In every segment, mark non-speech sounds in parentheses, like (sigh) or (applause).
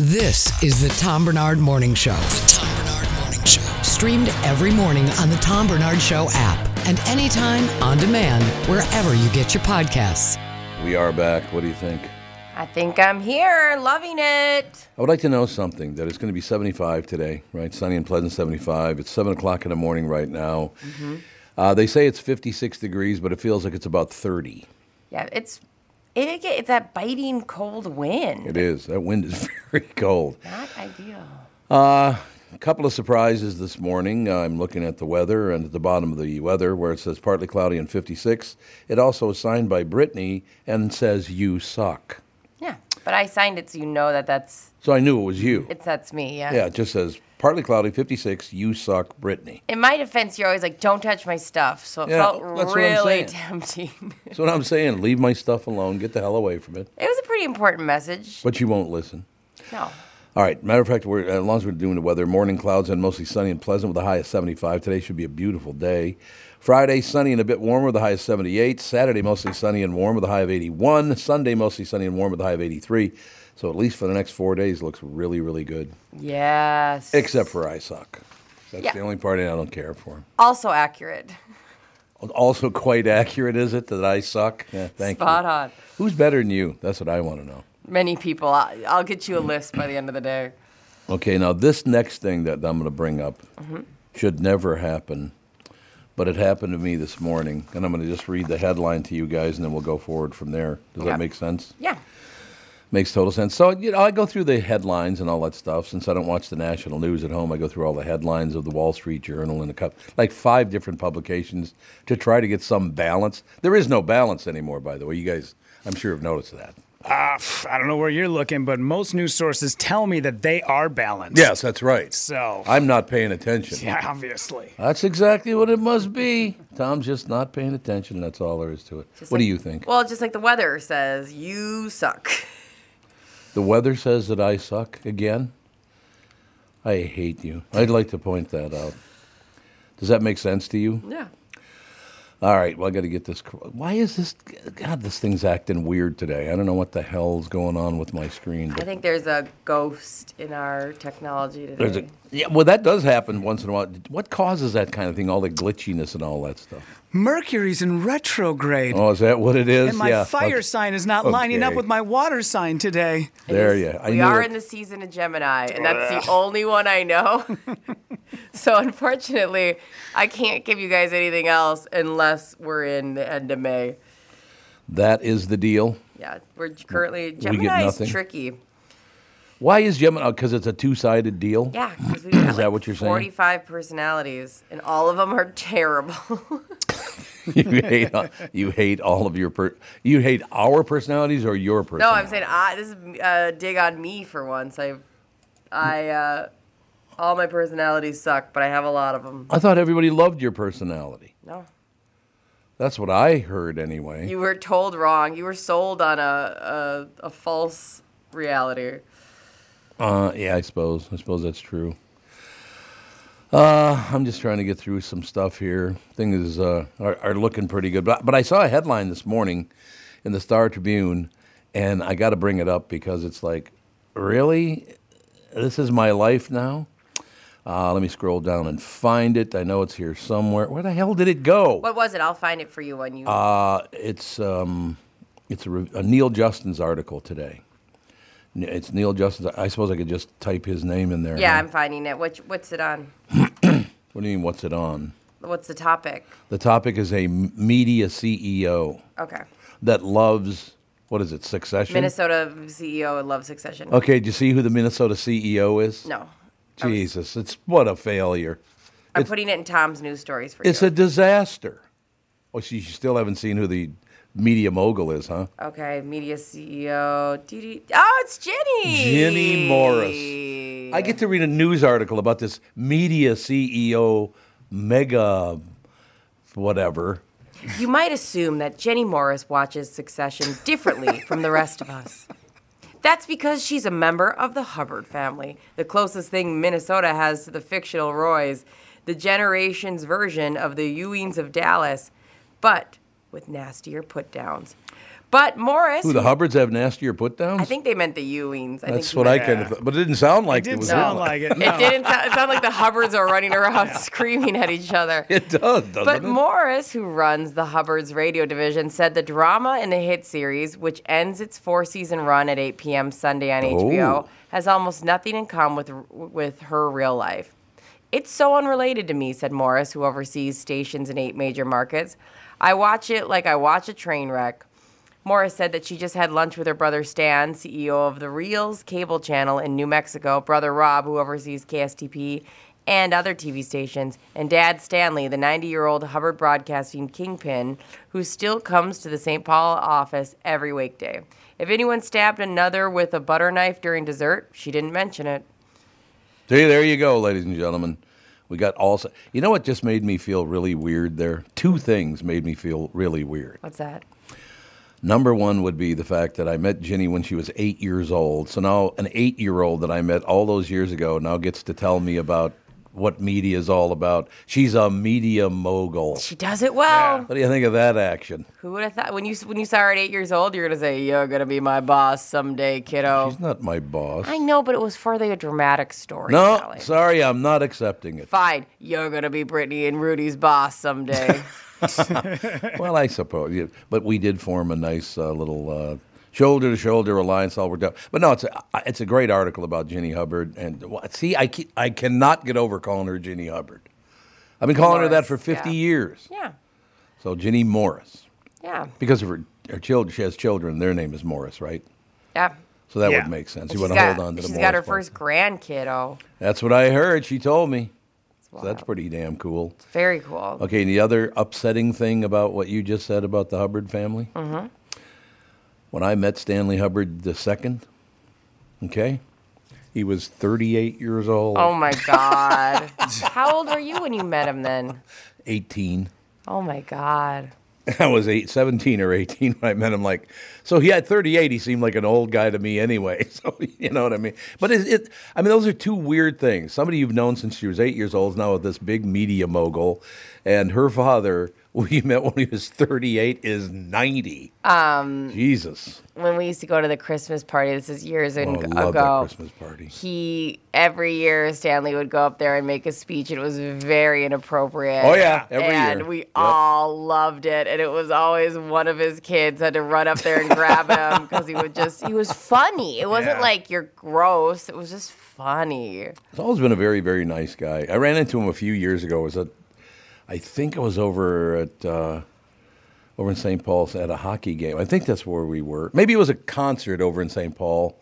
This is the Tom Bernard Morning Show. The Tom Bernard Morning Show. Streamed every morning on the Tom Bernard Show app and anytime on demand wherever you get your podcasts. We are back. What do you think? I think I'm here, loving it. I would like to know something that it's going to be 75 today, right? Sunny and pleasant 75. It's 7 o'clock in the morning right now. Uh, they say it's 56 degrees, but it feels like it's about 30. Yeah, it's it, it's that biting cold wind. It is. That wind is (laughs) very cold. Not ideal. A couple of surprises this morning. Uh, I'm looking at the weather, and at the bottom of the weather, where it says partly cloudy and 56, it also is signed by Brittany and says, You suck. Yeah, but I signed it so you know that that's So I knew it was you. it's that's me. Yeah. Yeah, it just says partly cloudy, 56, you suck, Brittany. In my defense, you're always like, "Don't touch my stuff," so it Yeah, felt that's what I'm really saying. tempting. (laughs) it That's what I'm saying. Leave my stuff alone. Get the hell away from it. was a pretty important message. But you won't listen. No, All right. Matter of fact, we're, as long as we're doing the weather, morning clouds and mostly sunny and pleasant with a high of 75. Today should be a beautiful day. Friday, sunny and a bit warmer with a high of 78. Saturday, mostly sunny and warm with a high of 81. Sunday, mostly sunny and warm with a high of 83. So at least for the next four days, looks really, really good. yes, Except for I suck. That's Yeah. the only part I don't care for. also accurate, Also, quite accurate, is it that I suck? Yeah, thank spot you. on. Who's better than you? That's what I want to know. Many people. I'll, I'll get you a list by the end of the day. Okay, now this next thing that I'm going to bring up should never happen, but it happened to me this morning, and I'm going to just read the headline to you guys, and then we'll go forward from there. Does Yeah. that make sense? Yeah. Makes total sense. So you know, I go through the headlines and all that stuff. Since I don't watch the national news at home, I go through all the headlines of the Wall Street Journal and a couple, like five different publications, to try to get some balance. There is no balance anymore, by the way. You guys, I'm sure, have noticed that. I don't know where you're looking, but most news sources tell me that they are balanced. that's right. So, I'm not paying attention. (laughs) yeah, obviously. That's exactly what it must be. Tom's just not paying attention. That's all there is to it. Just what do like- you think? Well, just like the weather says, you suck. (laughs) the weather says that I suck again. I hate you. I'd like to point that out. Does that make sense to you? Yeah. All right. Well, I got to get this. cor- Why is this? God, this thing's acting weird today. I don't know what the hell's going on with my screen. I But think there's a ghost in our technology today. there's a, yeah. Well, that does happen once in a while. What causes that kind of thing? All the glitchiness and all that stuff. Mercury's in retrograde. Oh, is that what it is? and my yeah. fire okay. sign is not lining up Okay. with my water sign today. There is- you. I we knew are it. in the season of Gemini, and that's the only one I know. so unfortunately, I can't give you guys anything else unless we're in the end of May. That is the deal. Yeah, we're currently get Gemini is nothing? tricky. Why is Gemini? Because it's a two-sided deal. Yeah, because we've got Is that like what you're saying? 45 personalities, and all of them are terrible. (laughs) (laughs) you hate uh, you hate all of your per, you hate our personalities or your no, personality. I'm saying I, this is a dig on me for once. I, I, uh, all my personalities suck, but I have a lot of them. I thought everybody loved your personality. No. That's what I heard anyway. You were told wrong. You were sold on a a, a false reality. uh, yeah, I suppose. I suppose that's true. Uh, I'm just trying to get through some stuff here. Things uh, are, are looking pretty good. But, but I saw a headline this morning in the Star Tribune, and I got to bring it up because it's like, really? This is my life now? Uh, let me scroll down and find it. I know it's here somewhere. Where the hell did it go? What was it? I'll find it for you when you. Uh, it's um, it's a, re- a Neil Justin's article today. N- It's Neil Justin's. I suppose I could just type his name in there. yeah, huh? I'm finding it. What, what's it on? What do you mean? What's it on? What's the topic? The topic is a m- media CEO Okay. that loves what is it? Succession. Minnesota CEO in Love Succession. Okay, do you see who the Minnesota CEO is? No, Jesus, it's what a failure. I'm It's- putting it in Tom's news stories for It's you. a disaster. Oh, so you still haven't seen who the media mogul is, huh? okay, media CEO. Dee Dee- Oh, it's Ginny. Ginny Morris. I get to read a news article about this media CEO mega whatever. You might assume that Jenny Morris watches Succession differently from the rest of us. That's because she's a member of the Hubbard family, the closest thing Minnesota has to the fictional Roys, the generation's version of the Ewings of Dallas, but with nastier put downs. But Morris, Who the Hubbards have nastier put downs? I think they meant the Ewings. I that's what think you I meant- kind of thought, but it didn't sound like it, didn't was sound Hitler. like it. (laughs) It didn't sound, it sounded like the Hubbards are running around screaming at each other. (laughs) It does, doesn't But it? Morris, who runs the Hubbard's radio division, said the drama in the hit series, which ends its four-season run at 8 p.m. Sunday on HBO, Oh. has almost nothing in common with with her real life. It's so unrelated to me," said Morris, who oversees stations in eight major markets. "I watch it like I watch a train wreck." Morris said that she just had lunch with her brother Stan, CEO of the Reels cable channel in New Mexico, brother Rob, who oversees KSTP and other TV stations, and dad Stanley, the 90 year old Hubbard broadcasting kingpin, who still comes to the St. Paul office every weekday. If anyone stabbed another with a butter knife during dessert, she didn't mention it. See, there you go, ladies and gentlemen. We got all. se- You know what just made me feel really weird there? Two things made me feel really weird. What's that? Number one would be the fact that I met Ginny when she was eight years old. So now an eight year old that I met all those years ago now gets to tell me about what media is all about. She's a media mogul. She does it well. What do you think of that action? Who would have thought? When you when you saw her at eight years old, you're gonna say, "You're gonna be my boss someday, kiddo." She's not my boss. I know, but it was for the dramatic story. no, Sally. sorry, I'm not accepting it. Fine, you're gonna be Brittany and Rudy's boss someday. Well, I suppose, yeah. but we did form a nice uh, little uh, shoulder-to-shoulder alliance. All worked out. But no, it's a I- it's a great article about Ginny Hubbard. And wha- see, I ke- I cannot get over calling her Ginny Hubbard. I've been calling her that Morris, for fifty yeah. years. yeah, So Ginny Morris, yeah, because of her her children, she has children. Their name is Morris, right? yeah. So that Yeah. would make sense. You She's want to got- hold on to the she's Morris. got her part. first grandkid. Oh, That's what I heard. She told me. So that's wild. pretty damn cool. very cool. Okay, and the other upsetting thing about what you just said about the Hubbard family? Mm-hmm. When I met Stanley Hubbard II, okay, he was 38 years old, Oh my (laughs) God, how old were you when you met him then? 18. Oh my God, (laughs) I was eight, 17 or 18 when I met him. Like, so he had 38. He seemed like an old guy to me anyway. (laughs) So, you know what I mean? But it, it I mean, those are two weird things. Somebody you've known since she was eight years old is now this big media mogul. And her father, (laughs) we met when he was 38, is 90. Um, Jesus. when we used to go to the Christmas party, this is years Oh, I and ago. love that Christmas party. he every year Stanley would go up there and make a speech and it was very inappropriate. Oh, yeah, every and year. we Yep. all loved it and it was always one of his kids had to run up there and grab (laughs) him cuz he would just he was funny. It wasn't Yeah. like you're gross. It was just funny. He's always been a very, very nice guy. I ran into him a few years ago. It was at, I think I was over at, uh, over in St. Paul at a hockey game. I think that's where we were. Maybe it was a concert over in St. Paul,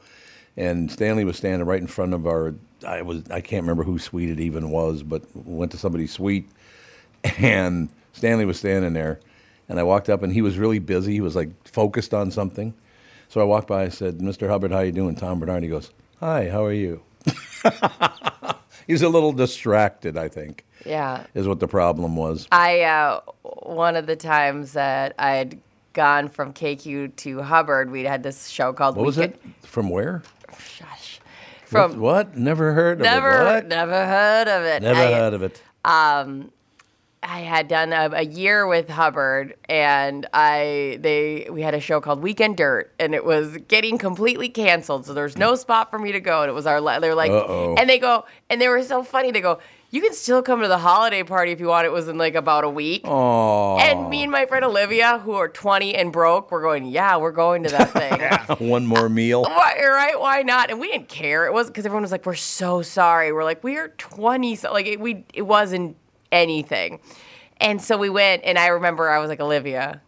and Stanley was standing right in front of our. I was I can't remember whose suite it even was, but we went to somebody's suite, and Stanley was standing there, and I walked up, and he was really busy. He was like focused on something, so I walked by. I said, "Mr. Hubbard, how you doing?" Tom Bernard. He goes, "Hi, how are you?" He's a little distracted, I think, Yeah. is what the problem was. I uh, one of the times that I had gone from KQ to Hubbard, we had this show called What was Weekend- it? From where? Shush. What- From what? Never heard of never it. What? never heard of it. Never I- heard of it. (laughs) I had done a, a year with Hubbard, and I they we had a show called Weekend Dirt, and it was getting completely canceled. So there's no spot for me to go, and it was our la- they're like, Uh-oh. and they go, and they were so funny. They go, you can still come to the holiday party if you want. It was in like about a week. Aw, And me and my friend Olivia, who are 20 and broke, were going, yeah, we're going to (laughs) that thing. one more (laughs) meal. Why, right? Why not? And we didn't care. It was because everyone was like, "We're so sorry." We're like, "We are twenty, so like it, we it wasn't anything." And so we went, and I remember I was like, "Olivia,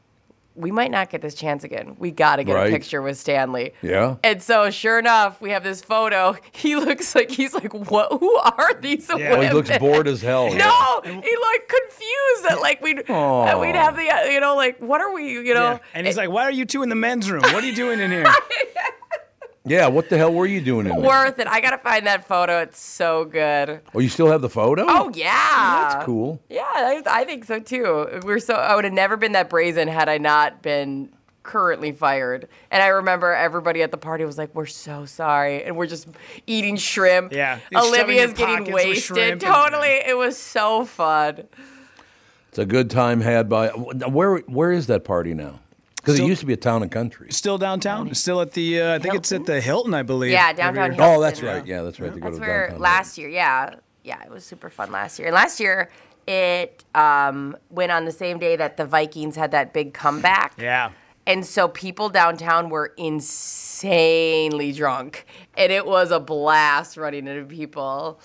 we might not get this chance again. We got to get Right. a picture with Stanley." Yeah. And so, sure enough, we have this photo. He looks like he's like, "What? Who are these Yeah. Oh, he women?" (laughs) looks bored as hell. yeah. No, he looked confused that like we'd that we'd have the uh, you know like what are we you know Yeah. And he's like, "Why are you two in the men's room? What are you doing (laughs) in here?" Yeah, what the hell were you doing in there? worth it. I gotta find that photo. It's so good. (laughs) Oh, you still have the photo? Oh yeah, That's cool. Yeah, I, I think so too. We're so I would have never been that brazen had I not been currently fired. And I remember everybody at the party was like, "We're so sorry," and we're just eating shrimp. Yeah. You're shoving Olivia's your getting pockets with wasted. shrimp and- Totally, it was so fun. It's a good time had by. Where Where is that party now? Because it used to be a town and country. Still downtown? Still at the, uh, I think it's at the Hilton, I believe. Yeah, over downtown here. Hilton. Oh, that's right. Yeah, that's right. They go That's to where downtown. last year, yeah, yeah, it was super fun last year. And last year, it um, went on the same day that the Vikings had that big comeback. Yeah. And so people downtown were insanely drunk, and it was a blast running into people.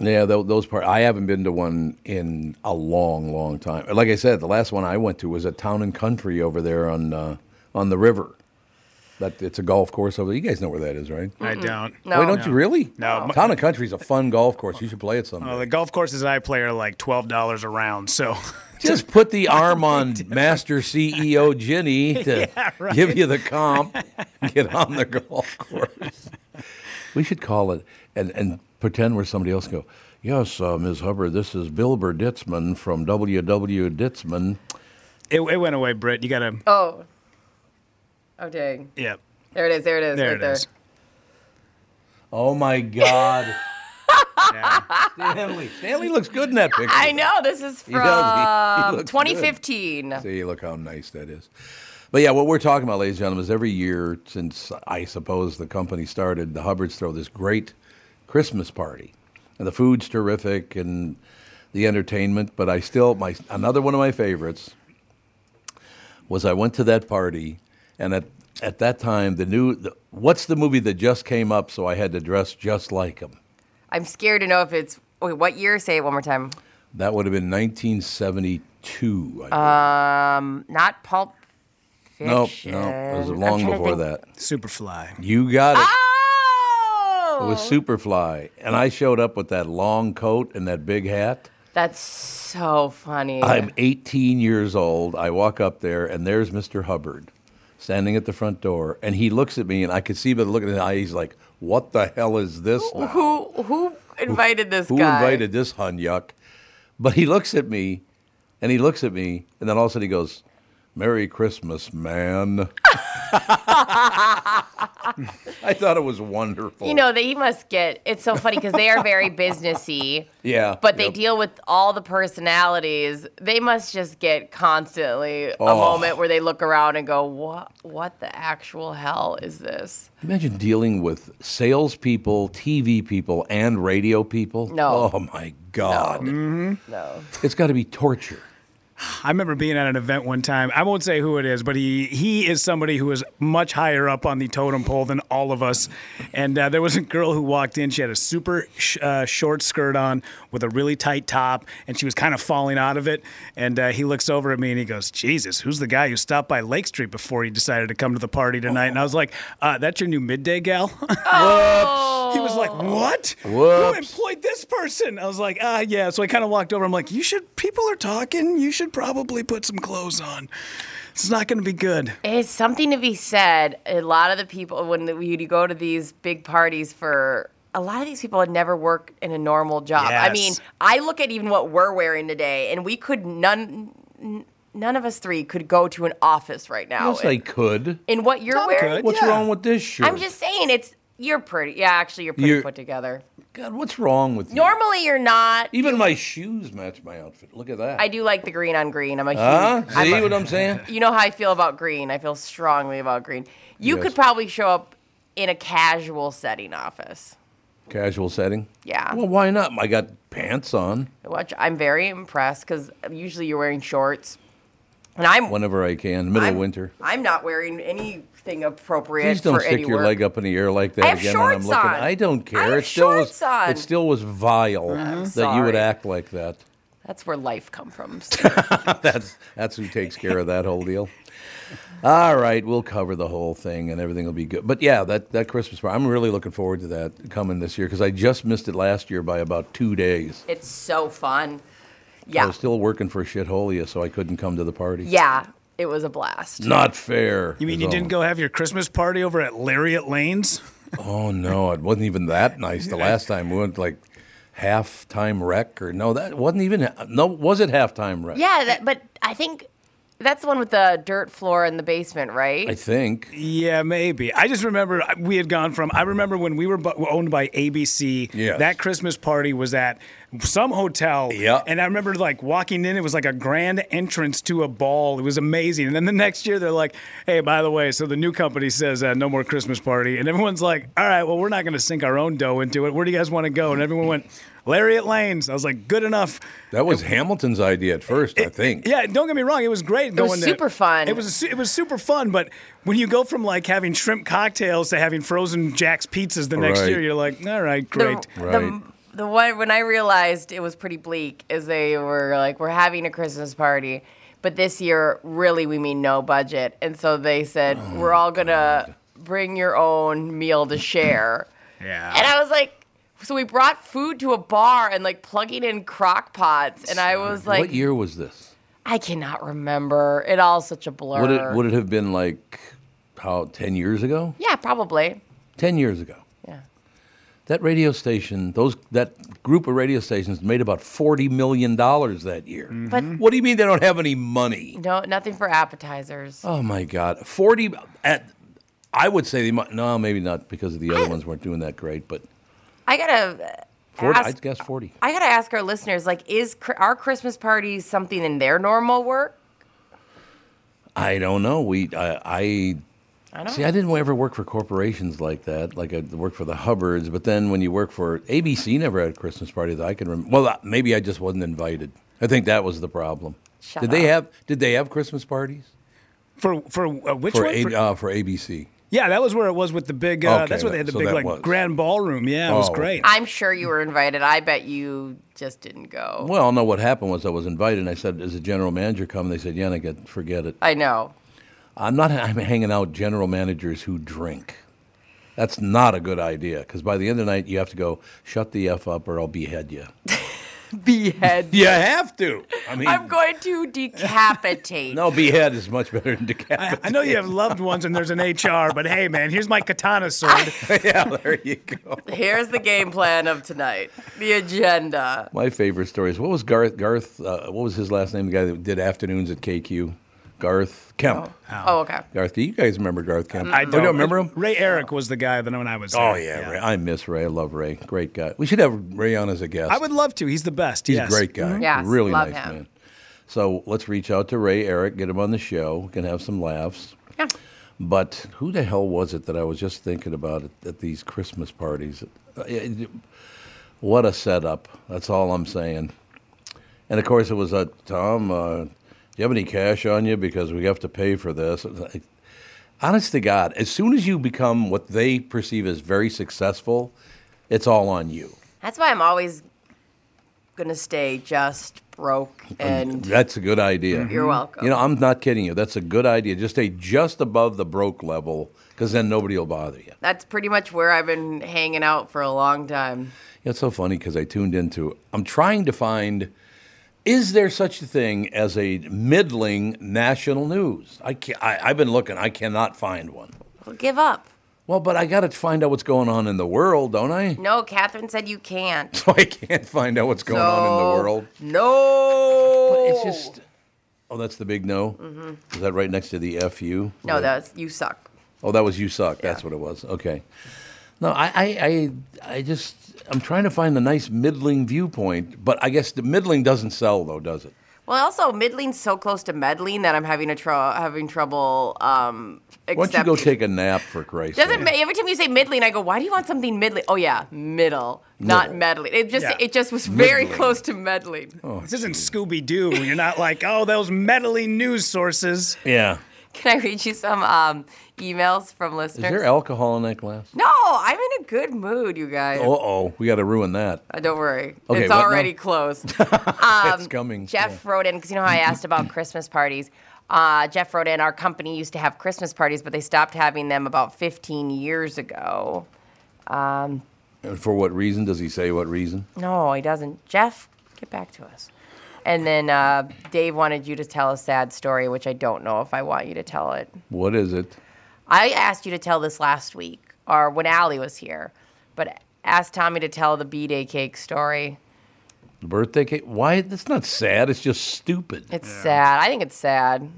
Yeah, tho- those part. I haven't been to one in a long, long time. Like I said, the last one I went to was a town and country over there on uh, on the river. That it's a golf course over there. You guys know where that is, right? I don't. No. Wait, don't you really? No. No. Town and country is a fun golf course. You should play it someday. Well, the golf courses I play are like $12 a round, so. (laughs) Just put the arm on Master CEO (laughs) Ginny to give you the comp. Get on the golf course. We should call it and, and pretend we're somebody else. Go, yes, uh, Ms. Hubbard, this is Bill Ditzman from WW Ditzman. It, it went away, Britt. You got to, Oh, oh, dang! yeah. There it is. There it is. There right it there. is. (laughs) Oh my God, Yeah. Stanley! Stanley looks good in that picture. I know this is from He does. He- he looks good. 2015. See, look how nice that is. But yeah, what we're talking about, ladies and gentlemen, is every year since I suppose the company started, the Hubbards throw this great Christmas party, and the food's terrific and the entertainment. But I still my another one of my favorites was I went to that party, and at at that time the new the, what's the movie that just came up, so I had to dress just like him. I'm scared to know if it's wait, what year? Say it one more time. That would have been 1972. I Oh, Not Pulp nope, Fiction. no, it was I'm long trying to before think. that. Superfly. You got it. Oh, It was Superfly, and I showed up with that long coat and that big hat. That's so funny. I'm 18 years old. I walk up there, and there's Mr. Hubbard standing at the front door, and he looks at me, and I could see by the look in his eye, he's like, "What the hell is this? Now? who who invited this Who guy? invited this hun yuck?" But he looks at me, and he looks at me, and then all of a sudden he goes, "Merry Christmas, (laughs) man." (laughs) I thought it was wonderful. You know, they must get. It's so funny because they are very businessy. Yeah, But they yep. deal with all the personalities. They must just get constantly a Oh. moment where they look around and go, "What? What the actual hell is this?" Imagine dealing with salespeople, TV people, and radio people. No. Oh my God. No. Mm. It's got to be torture. I remember being at an event one time. I won't say who it is, but he he is somebody who is much higher up on the totem pole than all of us. And uh, there was a girl who walked in. She had a super sh- uh, short skirt on with a really tight top, and she was kind of falling out of it. And uh, he looks over at me and he goes, "Jesus, who's the guy who stopped by Lake Street before he decided to come to the party tonight?" And I was like, uh, "That's your new midday gal." (laughs) Oh. He was like, "What? Who Whoops. employed this person?" I was like, "Ah, yeah." So I kind of walked over. I'm like, "You should. People are talking. You should probably put some clothes on. It's not going to be good." It's something to be said. A lot of the people, when the, you go to these big parties for, a lot of these people had never worked in a normal job. I Yes. mean, I look at even what we're wearing today, and we could none, n- none of us three could go to an office right now. Yes, I could. in what you're Some wearing, could. What's Yeah. wrong with this shirt? I'm just saying it's. You're pretty. Yeah, actually, you're pretty You're- put together. God, what's wrong with you? Normally, you're not. Even my shoes match my outfit. Look at that. I do like the green on green. I'm a huge. Huh? I'm Uh-huh. See a- what I'm (laughs) saying? you know how I feel about green. I feel strongly about green. You Yes. could probably show up in a casual setting office. Casual setting. Yeah. Well, why not? I got pants on Watch, I'm very impressed because usually you're wearing shorts, and I'm whenever I can. Middle I'm, of winter. I'm not wearing anything appropriate Please don't for stick any your work. leg up in the air like that I have again. shorts when I'm looking. on. I don't care. I have it still shorts was. on. Mm-hmm. It still was vile that you would sorry. act like that. That's where life (laughs) comes from. that's that's who takes care of that whole deal. All right, we'll cover the whole thing and everything will be good. But yeah, that that Christmas party, I'm really looking forward to that coming this year because I just missed it last year by about two days. it's so fun. I Yeah, was still working for Shitholia, so I couldn't come to the party. yeah, it was a blast. Not fair. You mean is you didn't all. go have your Christmas party over at Lariat Lanes? Oh no, it wasn't even that nice. The last time we went like half time wreck or no, that wasn't even no. Was it half time wreck? Yeah, that, but I think That's the one with the dirt floor in the basement, right? I think. Yeah, maybe. I just remember uh, we had gone from. I remember when we were bu- were owned by ABC. Yes. That Christmas party was at some hotel. Yep. And I remember like walking in. It was like a grand entrance to a ball. It was amazing. And then the (laughs) next year they're like, "Hey, by the way, so the new company says uh, no more Christmas party," and everyone's like, "All right, well, we're not going to sink our own dough into it. Where do you guys want to go?" And everyone went. Lariat Lanes. I was like, good enough. That was Hamilton's idea at first, I think. Yeah, don't get me wrong. It was great was going. to- super fun. It was su- it was super fun. But when you go from like having shrimp cocktails to having frozen Jack's pizzas the next Right. year, you're like, all right, The- great. The, Right. the one when I realized it was pretty bleak is they were like, we're having a Christmas party, but this year, really, we mean no budget. And so they said, Oh, we're all going to bring your own meal to share. Yeah. And I was like, so we brought food to a bar and like plugging in crock pots. And I was like, what year was this? I cannot remember. It all such a blur. Would it would it have been like how ten years ago? yeah, probably. Ten years ago. Yeah. That radio station, those that group of radio stations made about forty million dollars that year. But What do you mean they don't have any money? no, nothing for appetizers. Oh my God, forty at. I would say they might. No, maybe not because the other ones weren't doing that great, but I gotta. 40, ask- I'd guess forty. I gotta ask our listeners, like, is cr- our Christmas parties something in their normal work? I don't know. We I, I see. I didn't ever work for corporations like that. Like I worked for the Hubbards, but then when you work for ABC, never had a Christmas party that I can remember. Well, uh, maybe I just wasn't invited. I think that was the problem. Shut did they up. have Did they have Christmas parties For for uh, which for one? a, For- uh, for ABC? yeah, that was where it was with the big. Uh, Okay, that's where they had the so big that like was. grand ballroom. Yeah, it was Oh. great. I'm sure you were invited. I bet you just didn't go. Well, no. What happened was I was invited. and I said, "Is the general manager come?" They said, "Yannick, forget it. I know. I'm not. I'm hanging out general managers who drink." That's not a good idea because by the end of the night, you have to go shut the f up or I'll behead you. (laughs) Behead. You have to. I (laughs) mean, I'm going to decapitate. no behead is much better than decapitate. I know you have loved ones and there's an HR, but hey, man, here's my katana sword. (laughs) yeah, there you go. Here's the game plan of tonight. The agenda. My favorite story is what was Garth? Garth, uh, what was his last name? The guy that did afternoons at KQ, Garth Kemp. Oh, okay. Garth, you guys remember Garth Kemp? I Oh, you don't, remember him. Ray Eric was the guy that when I was. Oh there. yeah, Ray. I miss Ray. I love Ray. Great guy. We should have Ray on as a guest. I would love to. He's the best. He's yes. Mm-hmm. a great guy. Yes, really love nice him. man. So let's reach out to Ray Eric, get him on the show, can have some laughs. Yeah. But who the hell was it that I was just thinking about at, at these Christmas parties? Uh, it- What a setup. That's all I'm saying. And of course, it was uh, Tom, uh, do you have any cash on you? Because we have to pay for this. It's like- Honest to God, as soon as you become what they perceive as very successful, it's all on you. That's why I'm always gonna stay just broke Oh, and That's a good idea. Mm-hmm. You're welcome. You know, I'm not kidding you. That's a good idea. Just stay just above the broke level because then nobody will bother you. that's pretty much where I've been hanging out for a long time. It's so funny because I tuned into, I'm trying to find, is there such a thing as a middling national news? I can't, I, I've been looking, I cannot find one. Well, give up. Well, but I got to find out what's going on in the world, don't I? (laughs) No, Catherine said you can't. So I can't find out what's going on in the So, world. No. Mm-hmm. But it's just, oh, that's the big no? Is that right next to the FU? No, that's you suck. Oh, that was you suck. That's what it was. Okay. No, I, I, I, I just I'm trying to find the nice middling viewpoint, but I guess the middling doesn't sell though, does it? Well, also middling's so close to meddling that I'm having a trou having trouble um Why don't you go accepting- take a nap for Christ's Doesn't sake? ma- every time you say middling, I go, why do you want something middling? Oh yeah, middle, not Middle. meddling. It just Yeah. it just was very Middling. Oh. close to meddling. This isn't Scooby Doo. You're not like, oh, those meddling news sources. yeah. Can I read you some um, emails from Is listeners? there alcohol in that glass? no, I'm in a good mood, you guys. Uh oh, we got to ruin (laughs) that. Uh, Don't worry, Okay, it's what now? already closed. it's coming. Um, Jeff wrote in because you know how I asked about Christmas parties. Uh, Jeff wrote in, our company used to have Christmas parties, but they stopped having them about 15 years ago. Yeah. And for what reason? Does he say what reason? No, he doesn't. Jeff, get back to us. And then uh, Dave wanted you to tell a sad story, which I don't know if I want you to tell it. What is it? I asked you to tell this last week, or when Allie was here, but asked Tommy to tell the B Day cake story. Birthday cake? Why? That's not sad. It's just stupid. It's sad. I think it's sad.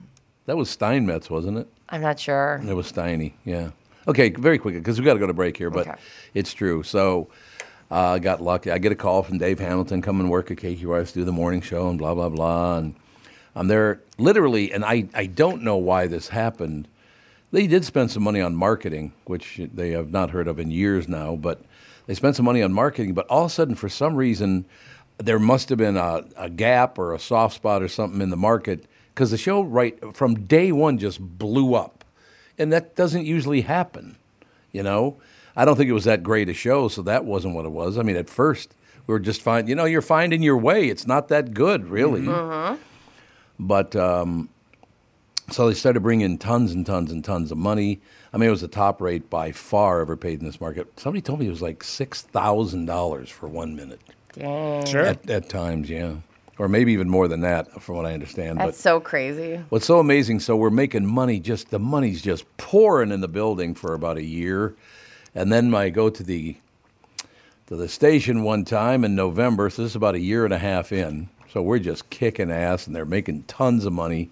That was Steinmetz, wasn't it? I'm not sure. It was Steiny, yeah. Okay, very quickly, because we got to go to break here, but Okay. it's true. So uh, I got lucky. I get a call from Dave Hamilton, come and work at KQRS, do the morning show, and blah, blah, blah. And I'm there literally, and I, I don't know why this happened. They did spend some money on marketing, which they have not heard of in years now, but they spent some money on marketing. But all of a sudden, for some reason, there must have been a, a gap or a soft spot or something in the market because the show, right from day one, just blew up and that doesn't usually happen. You know, I don't think it was that great a show, so that wasn't what it was. I mean, at first we were just fine. You know, you're finding your way. It's not that good, really. But um, so they started bringing tons and tons and tons of money. I mean, it was the top rate by far ever paid in this market. Somebody told me it was like six thousand dollars for one minute Sure. at, at times, yeah, or maybe even more than that, from what I understand. but That's so crazy. What's so amazing? So we're making money. Just the money's just pouring in the building for about a year, and then I go to the to the station one time in November. So this is about a year and a half in. So we're just kicking ass, and they're making tons of money.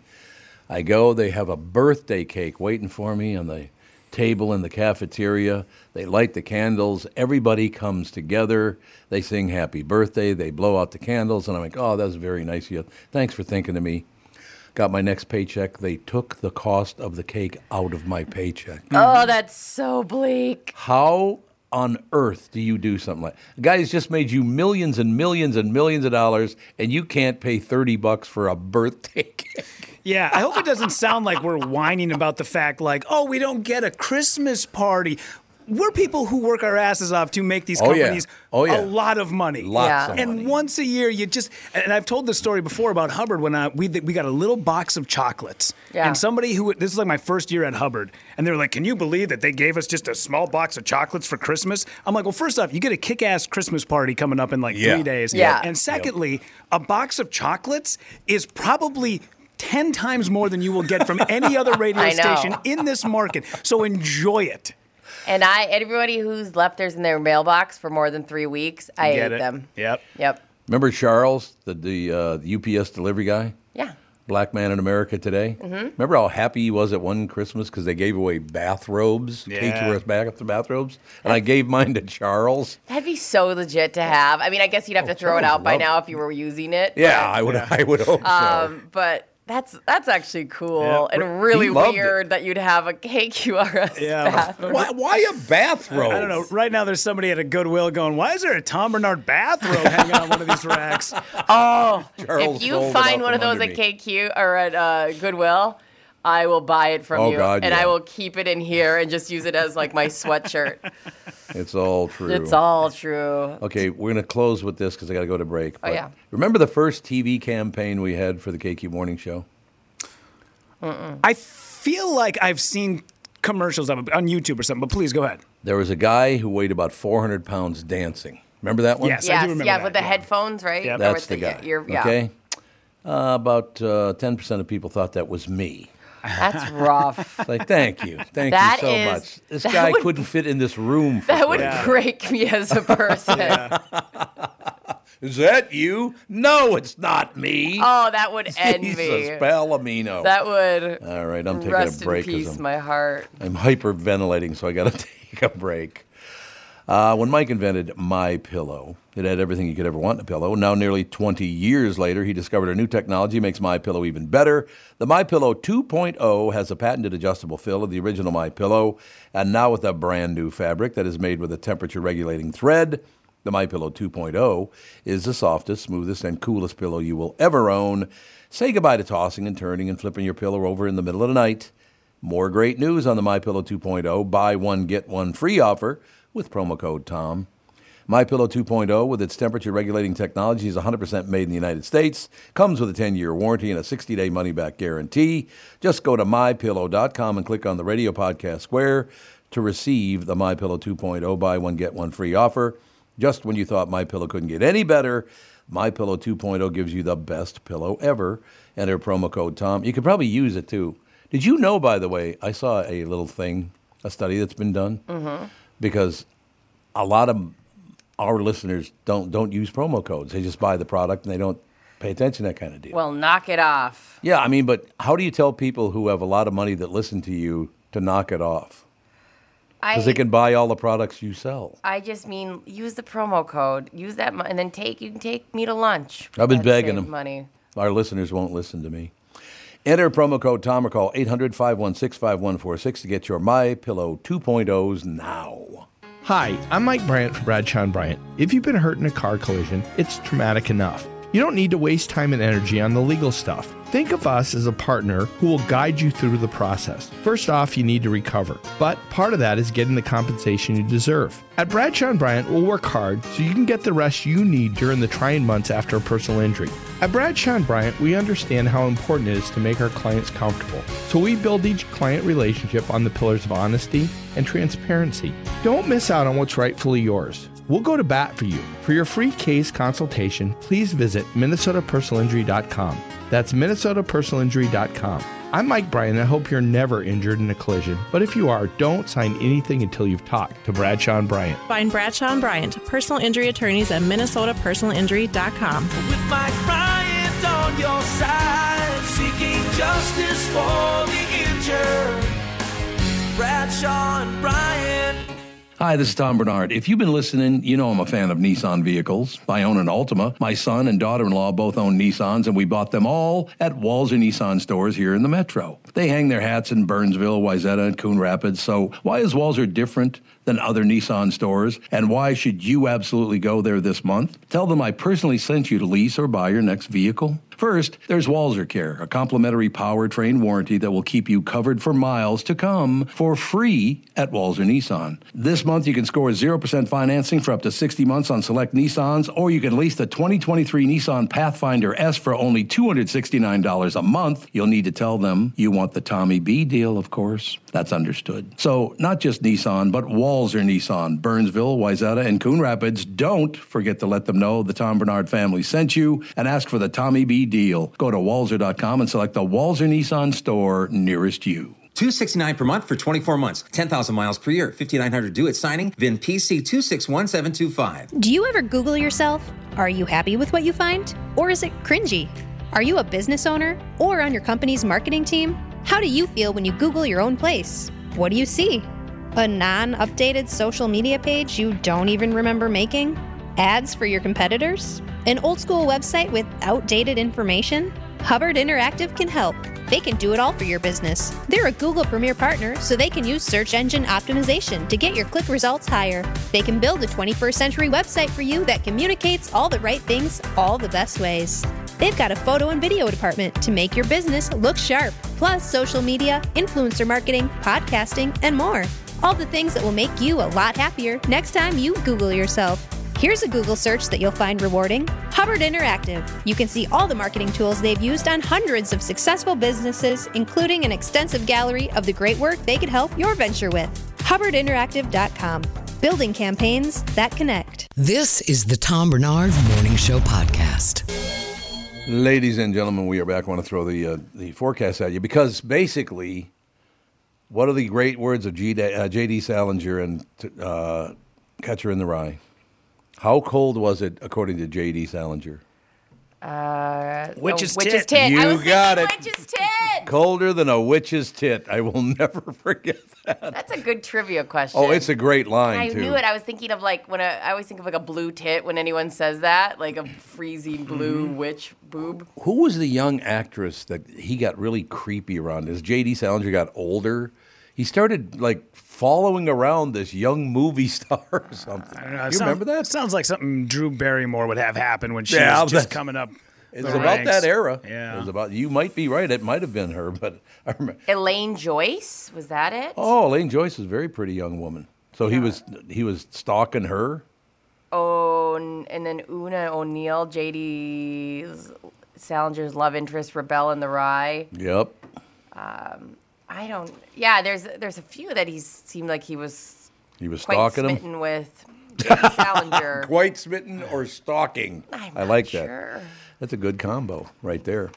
I go. They have a birthday cake waiting for me on the table in the cafeteria. They light the candles. Everybody comes together. They sing happy birthday. They blow out the candles, and I'm like, oh, that was very nice of you. Thanks for thinking of me got my next paycheck, they took the cost of the cake out of my paycheck. Oh, that's so bleak. How on earth do you do something like that? Guys just made you millions and millions and millions of dollars, and you can't pay 30 bucks for a birthday (laughs) cake. Yeah, I hope it doesn't sound like we're whining about the fact, like, oh, we don't get a Christmas party. We're people who work our asses off to make these Oh, yeah. companies Oh, yeah. a lot of money. Lots Yeah. of and money. once a year, you just and I've told this story before about Hubbard when I, we we got a little box of chocolates. Yeah. And somebody who this is like my first year at Hubbard, and they were like, "Can you believe that they gave us just a small box of chocolates for Christmas?" I'm like, "Well, first off, you get a kick-ass Christmas party coming up in like Yeah. three days. Yeah. And secondly, a box of chocolates is probably. 10 times more than you will get (laughs) from any other radio I know. station in this market. So enjoy it. And I, everybody who's left theirs in their mailbox for more than three weeks, I Get ate it. them. (laughs) Yep. Yep. Remember Charles, the, the uh, UPS delivery guy? Yeah. Black man in America today. Mm-hmm. Remember how happy he was at one Christmas because they gave away bathrobes, Yeah. KQRS back up the bathrobes, and I gave mine to Charles. That'd be so legit to have. I mean, I guess you'd have to throw it Charles out by loved now Oh, it. if you were using it. Yeah, I would. I would hope so. Um, but that's that's actually cool Yeah. and really He loved it. weird that you'd have a KQRS Yeah. bath. Why, why a bathrobe? I don't know. Right now, there's somebody at a Goodwill going, "Why is there a Tom Bernard bathrobe hanging on one of these (laughs) racks?" Charles if you rolled it out find one of from those at under me. KQ or at uh, Goodwill, I will buy it from Oh, you, God, and yeah. I will keep it in here and just use it as like my (laughs) sweatshirt. It's all true. it's all true. Okay, we're going to close with this because I got to go to break. Oh, but yeah. Remember the first TV campaign we had for the KQ Morning Show? I feel like I've seen commercials of it on YouTube or something. But please go ahead. There was a guy who weighed about 400 pounds dancing. Remember that one? Yes. I do Yes, remember yeah, that, with the yeah. headphones, right? Yep. Or That's with the guy. ear- yeah. Okay. Uh, about uh, 10% of people thought that was me. That's rough. It's like, thank (laughs) you. Thank That you so is- much. (laughs) This that guy would- couldn't fit in this room. For (laughs) That would crying out break me as a person. loud. Is that you? No, it's not me. (laughs) (laughs) Oh, that would end Jesus, me. Palomino. That would All right, I'm taking rest a break. in 'cause peace, I'm- my heart. I'm hyperventilating, so I got to (laughs) take a break. Uh, when Mike invented my pillow, it had everything you could ever want in a pillow. Now, nearly 20 years later, he discovered a new technology makes my pillow even better. The my pillow 2.0 has a patented adjustable fill of the original my pillow, and now with a brand new fabric that is made with a temperature regulating thread. The My Pillow 2.0 is the softest, smoothest, and coolest pillow you will ever own. Say goodbye to tossing and turning and flipping your pillow over in the middle of the night. More great news on the My Pillow 2.0 buy one get one free offer with promo code TOM. My Pillow 2.0 with its temperature regulating technology is 100% made in the United States, comes with a 10-year warranty and a 60-day money back guarantee. Just go to mypillow.com and click on the radio podcast square to receive the My Pillow 2.0 buy one get one free offer. Just when you thought My Pillow couldn't get any better, My Pillow 2.0 gives you the best pillow ever. Enter promo code TOM. You could probably use it too. Did you know, by the way, I saw a little thing, a study that's been done, because a lot of our listeners don't don't use promo codes. They just buy the product and they don't pay attention to that kind of deal. Well, knock it off. yeah, I mean, but how do you tell people who have a lot of money that listen to you to knock it off? I Because they can buy all the products you sell. I just mean use the promo code, use that, mo- and then take you can take me to lunch. I've been That begging saved them. Money. Our listeners won't listen to me. Enter promo code Tom or call 800 516 5146 to get your My Pillow 2.0s now. Hi, I'm Mike Bryant from Bradshaw and Bryant. If you've been hurt in a car collision, it's traumatic enough. You don't need to waste time and energy on the legal stuff. Think of us as a partner who will guide you through the process. First off, you need to recover, but part of that is getting the compensation you deserve. At Bradshaw and Bryant, we'll work hard so you can get the rest you need during the trying months after a personal injury. At Bradshaw and Bryant, we understand how important it is to make our clients comfortable, so we build each client relationship on the pillars of honesty and transparency. Don't miss out on what's rightfully yours. We'll go to bat for you. For your free case consultation, please visit minnesotapersonalinjury.com. That's minnesotapersonalinjury.com. I'm Mike Bryan. and I hope you're never injured in a collision, but if you are, don't sign anything until you've talked to Bradshaw and Bryant. Find Bradshaw and Bryant, personal injury attorneys at minnesotapersonalinjury.com. With Mike Bryant on your side, seeking justice for the injured. Bradshaw and Bryant. Hi, this is Tom Bernard. If you've been listening, you know I'm a fan of Nissan vehicles. I own an Altima. My son and daughter in law both own Nissans, and we bought them all at Walzer Nissan stores here in the metro. They hang their hats in Burnsville, Wayzata, and Coon Rapids. So, why is Walzer different than other Nissan stores? And why should you absolutely go there this month? Tell them I personally sent you to lease or buy your next vehicle. First, there's Walzer Care, a complimentary powertrain warranty that will keep you covered for miles to come for free at Walzer Nissan. This month, you can score 0% financing for up to 60 months on select Nissans, or you can lease the 2023 Nissan Pathfinder S for only $269 a month. You'll need to tell them you want the Tommy B deal, of course. That's understood. So, not just Nissan, but Walzer Nissan, Burnsville, Wayzata, and Coon Rapids. Don't forget to let them know the Tom Bernard family sent you and ask for the Tommy B deal. Go to walzer.com and select the Walzer Nissan store nearest you. 269 per month for 24 months, 10,000 miles per year, 5,900 due at signing, VIN PC 261725. Do you ever Google yourself? Are you happy with what you find? Or is it cringy? Are you a business owner or on your company's marketing team? How do you feel when you Google your own place? What do you see? A non updated social media page you don't even remember making? Ads for your competitors? An old school website with outdated information? Hubbard Interactive can help. They can do it all for your business. They're a Google Premier partner, so they can use search engine optimization to get your click results higher. They can build a 21st century website for you that communicates all the right things all the best ways. They've got a photo and video department to make your business look sharp, plus social media, influencer marketing, podcasting, and more. All the things that will make you a lot happier next time you Google yourself. Here's a Google search that you'll find rewarding Hubbard Interactive. You can see all the marketing tools they've used on hundreds of successful businesses, including an extensive gallery of the great work they could help your venture with. HubbardInteractive.com, building campaigns that connect. This is the Tom Bernard Morning Show Podcast. Ladies and gentlemen, we are back. I want to throw the uh, the forecast at you because basically, what are the great words of G- uh, J.D. Salinger and uh, Catcher in the Rye? How cold was it according to J.D. Salinger? Which Oh, is which tit. is tit. I You was got thinking it. Which (laughs) is tit. Colder than a witch's tit. I will (laughs) never forget that. That's a good trivia question. Oh, it's a great line I too. knew it. I was thinking of like when I, I always think of like a blue tit when anyone says that, like a freezing blue Mm-hmm. witch boob. Who was the young actress that he got really creepy around? As J.D. Salinger got older, he started like following around this young movie (laughs) star or something. I don't know, you it sounds- remember that? Sounds like something Drew Barrymore would have happen when she Yeah, was just that's- coming up. It's the about ranks. that era. Yeah. It was about. You might be right. It might have been her, but I remember. Elaine Joyce was that it? Oh, Elaine Joyce is a very pretty young woman. So he was he was stalking her. Oh, and, and then Una O'Neill, JD Salinger's love interest, Rebel in the Rye. Yep. I don't. Yeah, there's there's a few that he seemed like he was He was quite stalking him. (laughs) smitten with. J.D. Salinger. Quite smitten or stalking. I'm I not like that. sure. That's a good combo right there.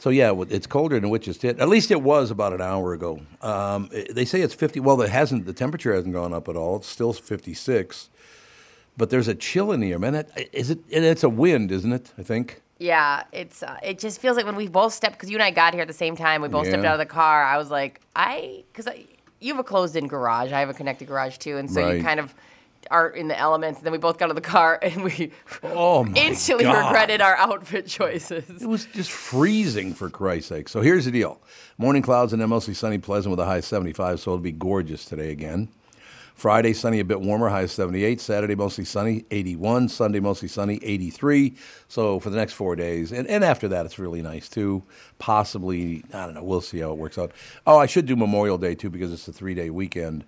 So yeah, w- it's colder than a witch's tit. At least it was about an hour ago. Um, it- they say it's 50. Well, it hasn't. The temperature hasn't gone up at all. It's still 56. But there's a chill in the air, man. That, is it? And it's a wind, isn't it? I think. Yeah, it's uh, it just feels like when we both stepped because you and I got here at the same time. We both stepped Yeah. out of the car. I was like, I because you have a closed-in garage. I have a connected garage too, and so Right. you kind of are in the elements. And then we both got out of the car (laughs) and we Oh my instantly God. regretted our (laughs) outfit choices. It was just freezing for Christ's sake. So here's the deal: morning clouds and then mostly sunny, pleasant with a high 75. So it'll be gorgeous today again. Friday sunny, a bit warmer, high 78. Saturday mostly sunny, 81. Sunday mostly sunny, 83. So for the next four days, and, and after that, it's really nice too. Possibly, I don't know. We'll see how it works out. Oh, I should do Memorial Day too because it's a three-day weekend.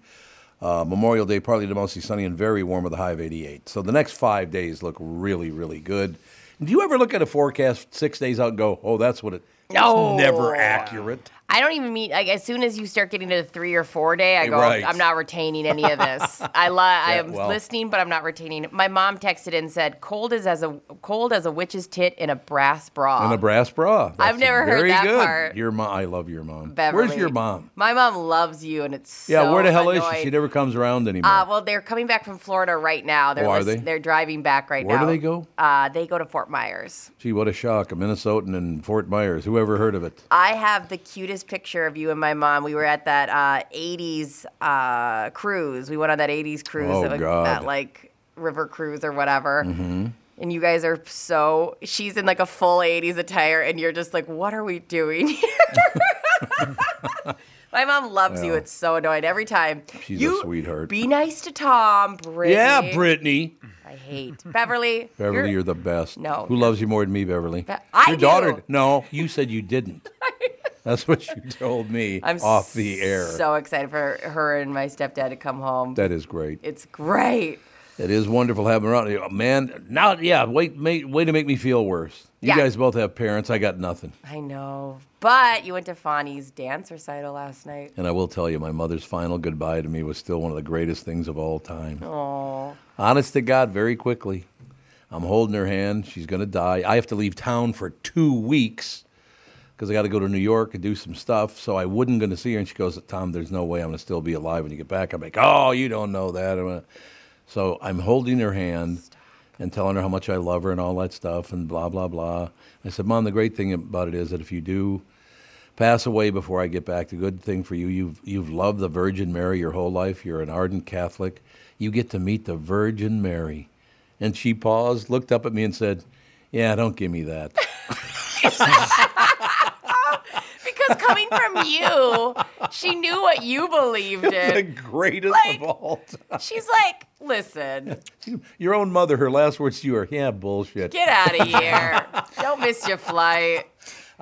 Uh, Memorial Day, partly to mostly sunny and very warm with a high of 88. So the next five days look really, really good. Do you ever look at a forecast six days out and go, oh, that's what it. No. It's never Oh. accurate. I don't even mean like as soon as you start getting to the three or four day, I go, Right. I'm not retaining any (laughs) of this. I li- I am well. listening, but I'm not retaining. it. My mom texted and said, "Cold is as a cold as a witch's tit in a brass bra." And a brass bra. Oh, That's Uh, never heard very that good. part. Your mom. I love your mom. Beverly. Where's your mom? My mom loves you, and it's Yeah, so where the hell is she? annoyed. She never comes around anymore. Uh, well, they're coming back from Florida right now. They're Oh, are lis- they? They're driving back right Where do now. they go? Uh, they go to Fort Myers. Gee, what a shock. A Minnesotan in Fort Myers. Whoever heard of it? I have the cutest picture of you and my mom. We were at that uh, '80s uh, cruise. We went on that '80s cruise. Oh, that, like, God. Mm-hmm. that like river cruise or whatever. And you guys are so. She's in like a full '80s attire, and you're just like, "What are we doing?" (laughs) here?" My mom loves you. It's so annoying every time. She's a you, sweetheart. Be nice to Tom, Brittany. Yeah, Brittany. I hate Beverly. Beverly, you're- you're, the best. No, Who you're- loves you more than me, Beverly? Be- I Your daughter. do. No, you said you didn't. (laughs) That's what you told me I'm off the air. So excited for her and my stepdad to come home. that is (laughs) great. It's great. It is wonderful having her around. Oh, Man, now, yeah, wait, may, way to make me feel worse. You Yeah. guys both have parents. I got nothing. I know. But you went to Fonny's dance recital last night. And I will tell you, my mother's final goodbye to me was still one of the greatest things of all time. Oh, Honest to God, very quickly. I'm holding her hand. She's going to die. I have to leave town for two weeks because I got to go to New York and do some stuff. So I wasn't going to see her. And she goes, Tom, there's no way I'm going to still be alive when you get back. I'm like, oh, you don't know that. I'm gonna- So I'm holding her hand and telling her how much I love her and all that stuff and blah, blah, blah. I said, Mom, the great thing about it is that if you do pass away before I get back. The good thing for you, you've you've loved the Virgin Mary your whole life. You're an ardent Catholic. You get to meet the Virgin Mary. And she paused, looked up at me and said, "Yeah, don't give me that." (laughs) because coming from you, she knew what you believed the in. greatest Like- of all time. She's like, listen, Your own mother, her last words to you are, "Yeah, bullshit." get out of here. Don't miss your flight.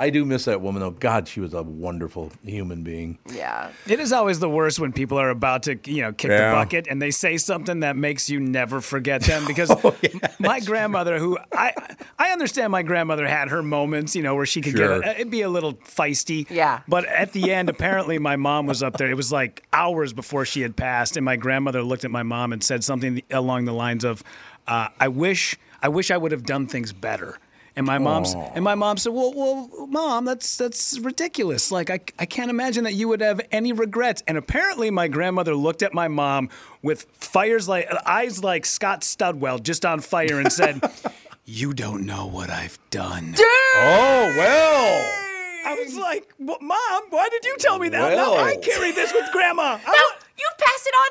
I do miss that woman though. God, she was a wonderful human being. Yeah. It is always the worst when people are about to, you know, kick Yeah. the bucket and they say something that makes you never (laughs) forget them. Because Oh, my grandmother, who I I understand, my grandmother had her moments, you know, where she could Sure. get a, it'd be a little feisty. Yeah. But at the end, apparently, my mom was up there. It was like hours before she had passed, and my grandmother looked at my mom and said something along the lines of, uh, "I wish I wish I would have done things better." And my mom's and my mom said, "Well, well, mom, that's that's ridiculous. Like, I, I can't imagine that you would have any regrets." And apparently, my grandmother looked at my mom with fires like eyes like Scott Studwell just on fire and said, (laughs) "You don't know what I've done." Oh well. Oh. I was like, "What, mom? Why did you tell me that? Well. Now I carry this with grandma." I No, don't- you pass it on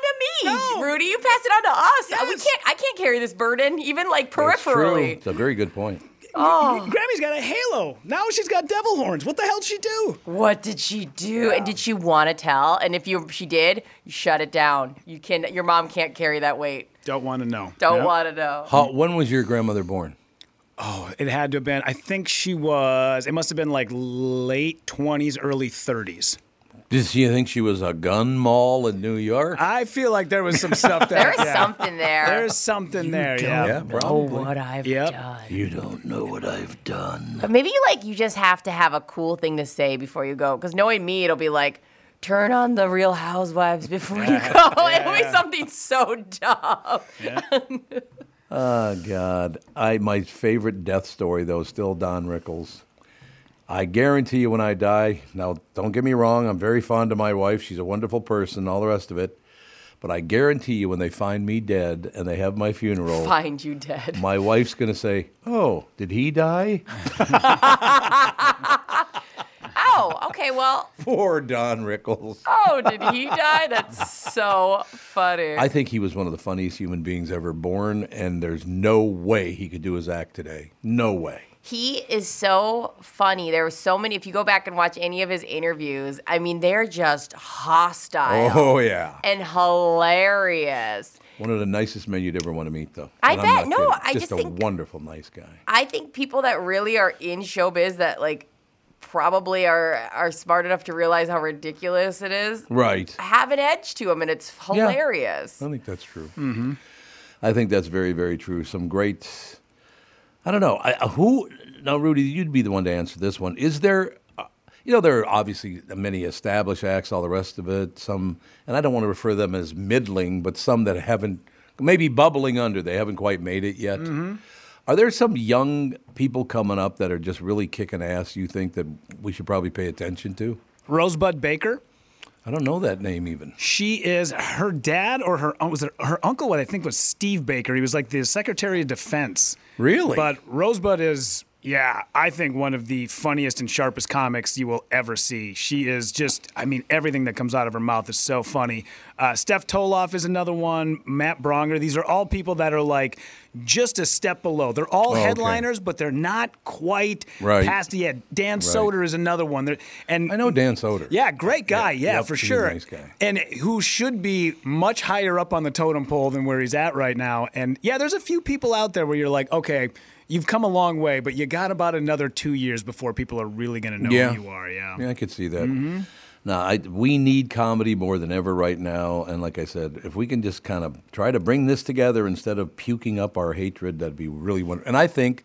to me, No. Rudy. You pass it on to us. Uh, We Yes. can't. I can't carry this burden, even like That's true. peripherally. It's a very good point. Grammy's got a halo. Now she's got devil horns. What the hell did she do? What did she do? And did she want to tell? And if you she did, you shut it down. You can. Your mom can't carry that weight. Don't want to know. Don't Yep. want to know. How, when was your grandmother born? It had to have been. I think she was. It must have been like late twenties, early thirties. Did she think she was a gun mall in New York? I feel like there was some (laughs) stuff there. There is something there. There's something there. Yeah. probably. what I've Yep. done. You don't know what I've done. But maybe you like you just have to have a cool thing to say before you go. Because knowing me, it'll be like, turn on the Real Housewives before you go. (laughs) it'll be something so dumb. Oh God! I my favorite death story though is still Don Rickles. I guarantee you, when I die, now don't get me wrong, I'm very fond of my wife. She's a wonderful person, all the rest of it. But I guarantee you, when they find me dead and they have my funeral, Find you dead. my wife's going to say, Oh, did he die? Oh, okay. Well, Poor Don Rickles. oh, did he die? That's so funny. I think he was one of the funniest human beings ever born, and there's no way he could do his act today. No way. He is so funny. There were so many. If you go back and watch any of his interviews, I mean, they're just hostile Oh, yeah. and hilarious. One of the nicest men you'd ever want to meet, though. I And I'm bet. not No, kidding. I just just a think- wonderful, nice guy. I think people that really are in showbiz that like probably are are smart enough to realize how ridiculous it is Right. have an edge to them, and it's (laughs) hilarious. I think that's true. Mm-hmm. I think that's very, very true. Some great. I don't know I, who. Now, Rudy, you'd be the one to answer this one. Is there? uh, You know, there are obviously many established acts, all the rest of it. Some, and I don't want to refer to them as middling, but some that haven't, maybe bubbling under. They haven't quite made it yet. Are there some young people coming up that are just really kicking ass? You think that we should probably pay attention to? Rosebud Baker. I don't know that name even. She is her dad or her oh, was it her uncle? What I think was Steve Baker. He was like the Secretary of Defense. Really? But Rosebud is yeah, I think one of the funniest and sharpest comics you will ever see. She is just, I mean, everything that comes out of her mouth is so funny. Uh, Steph Toloff is another one. Matt Bronger. These are all people that are like just a step below. They're all Oh, okay. headliners, but they're not quite Right. past yet. Dan Soder is another one. They're, and I know Dan Soder. yeah, great guy. Yeah, Yeah, yep, for he's a sure. nice guy. And who should be much higher up on the totem pole than where he's at right now. And yeah, there's a few people out there where you're like, okay, you've come a long way, but you got about another two years before people are really going to know yeah. who you are. Yeah. I could see that. No, I, we need comedy more than ever right now. And like I said, if we can just kind of try to bring this together instead of puking up our hatred, that'd be really wonderful. And I think,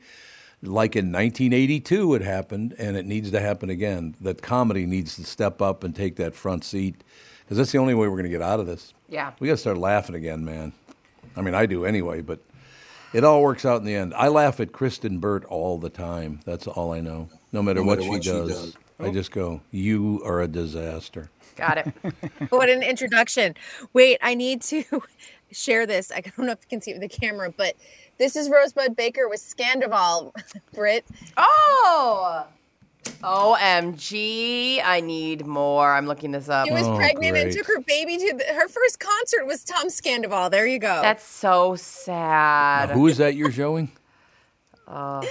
like in 1982, it happened, and it needs to happen again. That comedy needs to step up and take that front seat, because that's the only way we're going to get out of this. Yeah. we got to start laughing again, man. I mean, I do anyway, but it all works out in the end. I laugh at Kristen Burt all the time. That's all I know. No matter, what, she, does, Oh. I just go, "You are a disaster." Got it. What an introduction. Wait, I need to (laughs) share this. I don't know if you can see it with the camera, but this is Rosebud Baker with Scandival, (laughs) Brit. Oh. OMG, I need more. I'm looking this up. She was Oh, pregnant and great. took her baby to the, her first concert was Tom Scandival. There you go. That's so sad. Who is that you're showing? it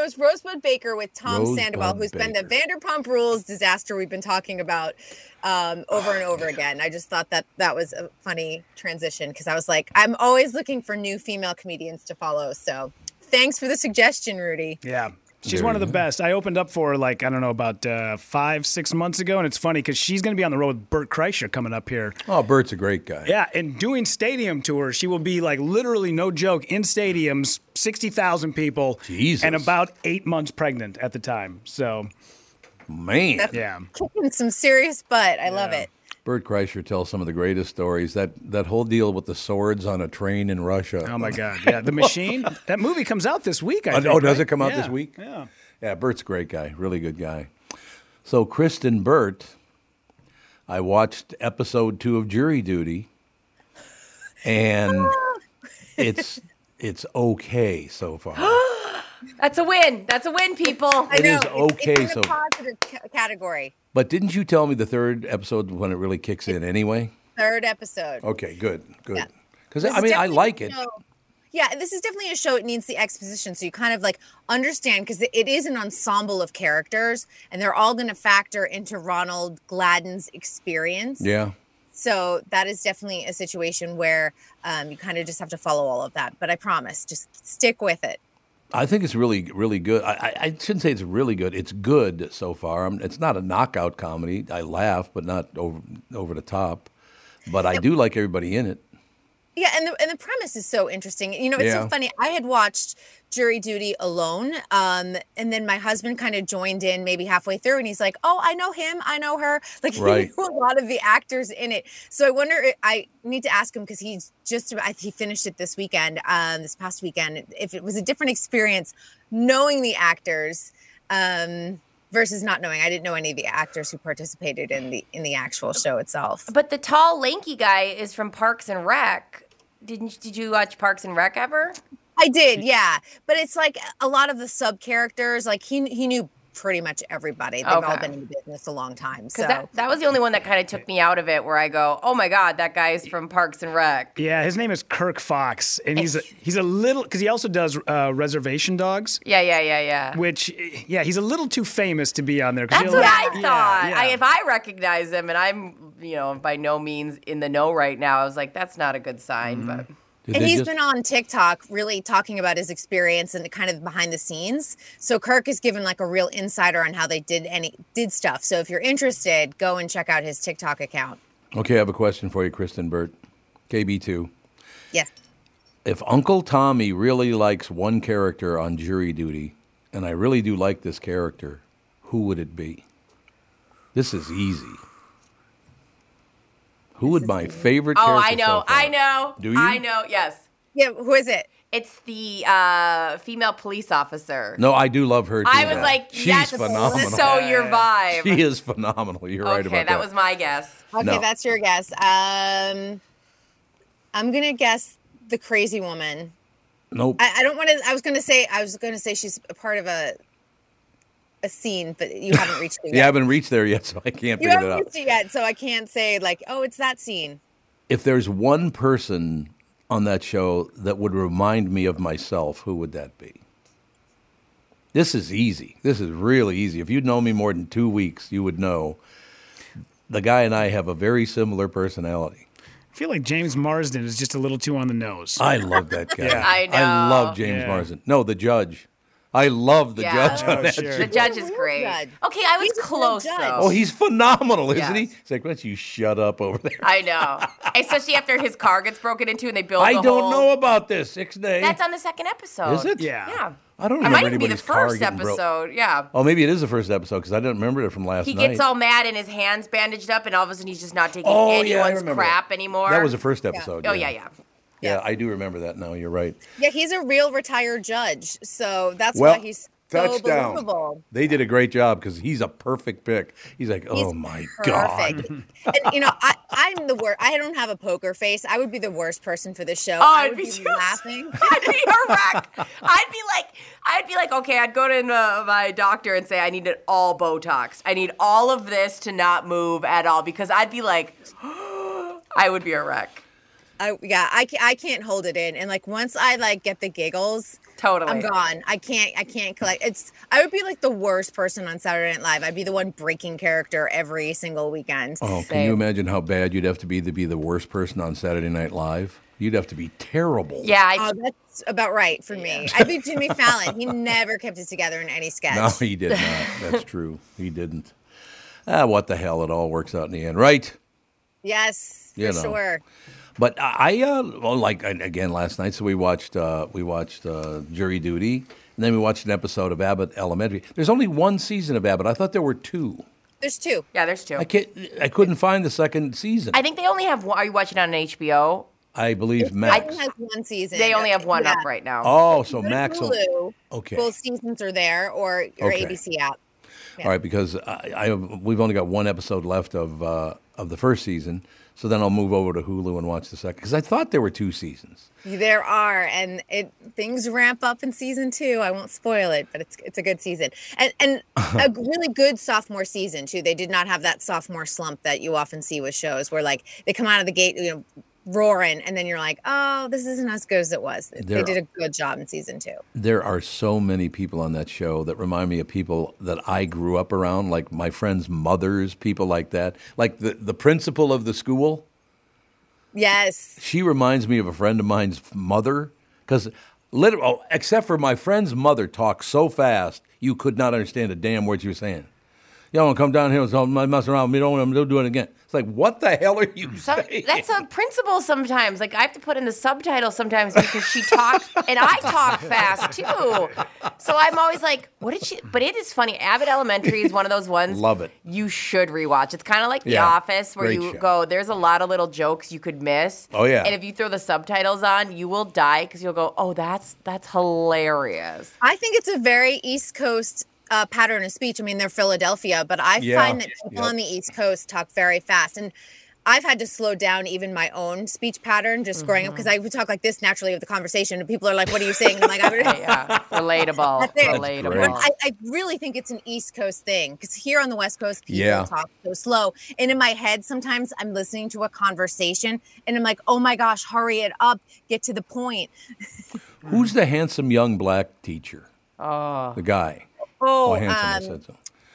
was Rosebud Baker with Tom Rosebud Sandoval, who's been the Vanderpump Rules disaster we've been talking about um, over and over again. I just thought that that was a funny transition because I was like, I'm always looking for new female comedians to follow. So thanks for the suggestion, Rudy. Yeah. She's one of the best. I opened up for her like, I don't know, about uh, five, six months ago. And it's funny because she's going to be on the road with Bert Kreischer coming up here. Oh, Bert's a great guy. Yeah, and doing stadium tours, she will be like literally no joke in stadiums, sixty thousand people, Jesus. and about eight months pregnant at the time. So man. yeah, Kicking some serious butt. I love it. Bert Kreischer tells some of the greatest stories. That that whole deal with the swords on a train in Russia. oh my god, yeah, the machine. that movie comes out this week. I Oh, think, oh, does right? it come out this Yeah, week? Yeah. Yeah, Bert's a great guy, really good guy. So Kristen Burt, I watched episode two of Jury Duty, (laughs) and it's it's okay so far. That's a win. That's a win, people. I It know. is It's- okay, It's so- in the positive ca- category. But didn't you tell me the third episode when it really kicks in anyway? Third episode. Okay, good, good. Because This I is mean, I definitely like a it. show- Yeah, this is definitely a show. It needs the exposition, so you kind of like understand because it is an ensemble of characters, and they're all going to factor into Ronald Gladden's experience. Yeah. So that is definitely a situation where um, you kind of just have to follow all of that. But I promise, just stick with it. I think it's really, really good. I, I, I shouldn't say it's really good. It's good so far. I'm, it's not a knockout comedy. I laugh, but not over, over the top. But I do like everybody in it. Yeah, and the and the premise is so interesting. You know, it's Yeah. so funny. I had watched Jury Duty alone, um, and then my husband kind of joined in maybe halfway through, and he's like, "Oh, I know him. I know her." (laughs) Like Right. he knew a lot of the actors in it. So I wonder. i- I need to ask him because he's just about- I, he finished it this weekend, um, this past weekend. If it was a different experience knowing the actors. Um, versus not knowing. I didn't know any of the actors who participated in the in the actual show itself. But the tall, lanky guy is from Parks and Rec. Didn't did you watch Parks and Rec ever? I did, yeah. But it's like a lot of the sub characters. Like he he knew pretty much everybody. They've all Okay. been in the business a long time. So Because that, that was the only one that kind of took me out of it, where I go, oh my God, that guy's from Parks and Rec. Yeah, his name is Kirk Fox, and he's a, he's a little because he also does uh, Reservation Dogs. Yeah, yeah, yeah, yeah. Which, yeah, he's a little too famous to be on there. 'cause That's you're what I like- thought. yeah, I, yeah. if I recognize him and I'm, you know, by no means in the know right now, I was like, that's not a good sign. Mm-hmm. But and he's been on TikTok really talking about his experience and kind of behind the scenes. So Kirk is given like a real insider on how they did any did stuff. So if you're interested, go and check out his TikTok account. Okay, I have a question for you, Kristen Burt, KB2. Yes. If Uncle Tommy really likes one character on jury duty, and I really do like this character, who would it be? This is easy. Who would my favorite oh, character I know, so far- I know, Do you? I know. Yes. Yeah. Who is it? It's the uh, female police officer. No, I do love her too. I was like, She's yes, phenomenal. so your (laughs) vibe. She is phenomenal. You're right okay, about that, was my guess. Okay, No. that's your guess. Um, I'm gonna guess the crazy woman. Nope. I, I don't want to. I was gonna say. I was gonna say she's a part of a a scene, but (laughs) you haven't reached it yet. yeah, I haven't reached there yet, (laughs) so I can't figure you that haven't out. reached it yet, so I can't say like, oh, it's that scene. If there's one person on that show that would remind me of myself, who would that be? This is easy. This is really easy. If you'd known me more than two weeks, you would know the guy and I have a very similar personality. I feel like James Marsden is just a little too on the nose. I love (laughs) that guy. Yeah. I I know. love James Yeah. Marsden. No, the judge. I love the Yeah. judge on Oh, that sure. show. The judge is great. judge. Okay, I was He's a real close judge. though. Oh, he's phenomenal, isn't Yes. he? It's like, why don't you shut up over there? I know, especially after his car gets broken into and they build. I the don't whole- know about this. Six day. That's on the second episode. Is it? Yeah. Yeah. I don't It remember might even be the anybody's car first getting broke. episode. Yeah. Oh, maybe it is the first episode because I didn't remember it from last He night. gets all mad and his hands bandaged up, and all of a sudden he's just not taking Oh, yeah, I anyone's remember. crap anymore. That was the first episode. Oh yeah, yeah. Yeah, Yeah. I do remember that now. You're right. Yeah, he's a real retired judge, so that's well, why he's so touchdown. believable. They did a great job because he's a perfect pick. He's like, He's oh my god. perfect. and you know, I, I'm the worst. I don't have a poker face. I would be the worst person for this show. Oh, I I'd would be be, too. laughing. I'd be a wreck. I'd be like, I'd be like, okay, I'd go to uh, my doctor and say I need it all Botox. I need all of this to not move at all because I'd be like, (gasps) I would be a wreck. I, yeah, I, ca- I can't hold it in. And like once I like get the giggles, Totally. I'm gone. I can't. I can't collect. It's. I would be like the worst person on Saturday Night Live. I'd be the one breaking character every single weekend. Oh, can you imagine how bad you'd have to be to be the worst person on Saturday Night Live? You'd have to be terrible. Yeah, I, Oh, that's about right for me. I'd be (laughs) Jimmy Fallon. He never kept it together in any sketch. No, he did not. That's true. He didn't. Ah, what the hell? It all works out in the end, right? Yes, for You know. sure. But I, I, uh, well, like and again last night, so we watched uh, we watched uh, Jury Duty, and then we watched an episode of Abbott Elementary. There's only one season of Abbott. I thought there were two. There's two. yeah, there's two. I can't, I couldn't find the second season. I think they only have one. Are you watching on HBO? I believe It Max. has one season. They only have one Yeah. up right now. Oh, so Go to Max. will- Hulu. okay. Both seasons are there, or or Okay. ABC app. All right, because I, I we've only got one episode left of uh, of the first season, so then I'll move over to Hulu and watch the second. Because I thought there were two seasons. There are, and it things ramp up in season two. I won't spoil it, but it's it's a good season, and and a really good sophomore season too. They did not have that sophomore slump that you often see with shows, where like they come out of the gate, you know, roaring, and then you're like, oh, this isn't as good as it was. There- they did a good job in season two. There are so many people on that show that remind me of people that I grew up around, like my friends' mothers, people like that. Like the, the principal of the school, Yes, she reminds me of a friend of mine's mother. Because, literally, except for my friend's mother talked so fast, you could not understand a damn word she was saying. Y'all want to come down here and start messing around with me? Don't want to do it again. It's like, what the hell are you Some, saying? that's a principle sometimes. Like I have to put in the subtitle sometimes because she talks and (laughs) I talk fast too. So I'm always like, what did she? But it is funny. Abbott Elementary is one of those ones. Love it. You should rewatch. It's kind of like The Yeah. Office where Great you show. go. There's a lot of little jokes you could miss. Oh, yeah. And if you throw the subtitles on, (laughs) you will die because you'll go, oh, that's that's hilarious. I think it's a very East Coast uh, pattern of speech. I mean, they're Philadelphia, but I Yeah. find that people Yep. on the East Coast talk very fast. And I've had to slow down even my own speech pattern just growing up because I would talk like this naturally of the conversation. And people are like, what are you saying? And I'm like, I'm yeah, relatable, That's it. relatable. But (laughs) I, I really think it's an East Coast thing because here on the West Coast, people Yeah. talk so slow. And in my head, sometimes I'm listening to a conversation and I'm like, oh my gosh, hurry it up, get to the point. Who's the handsome young black teacher? Oh, The guy. oh, handsome. I um, said so.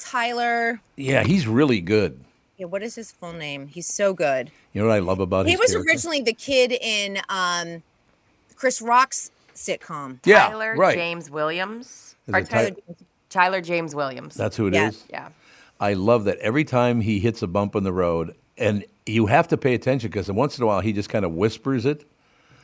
Tyler. Yeah, he's really good. Yeah, what is his full name? He's so good. You know what I love about he his was character? originally the kid in um, Chris Rock's sitcom. Yeah, Tyler right. James Williams. Is Or it Ty- Tyler, Tyler James Williams. That's who it it is. is. yeah. Yeah. I love that every time he hits a bump in the road, and you have to pay attention because once in a while he just kind of whispers it.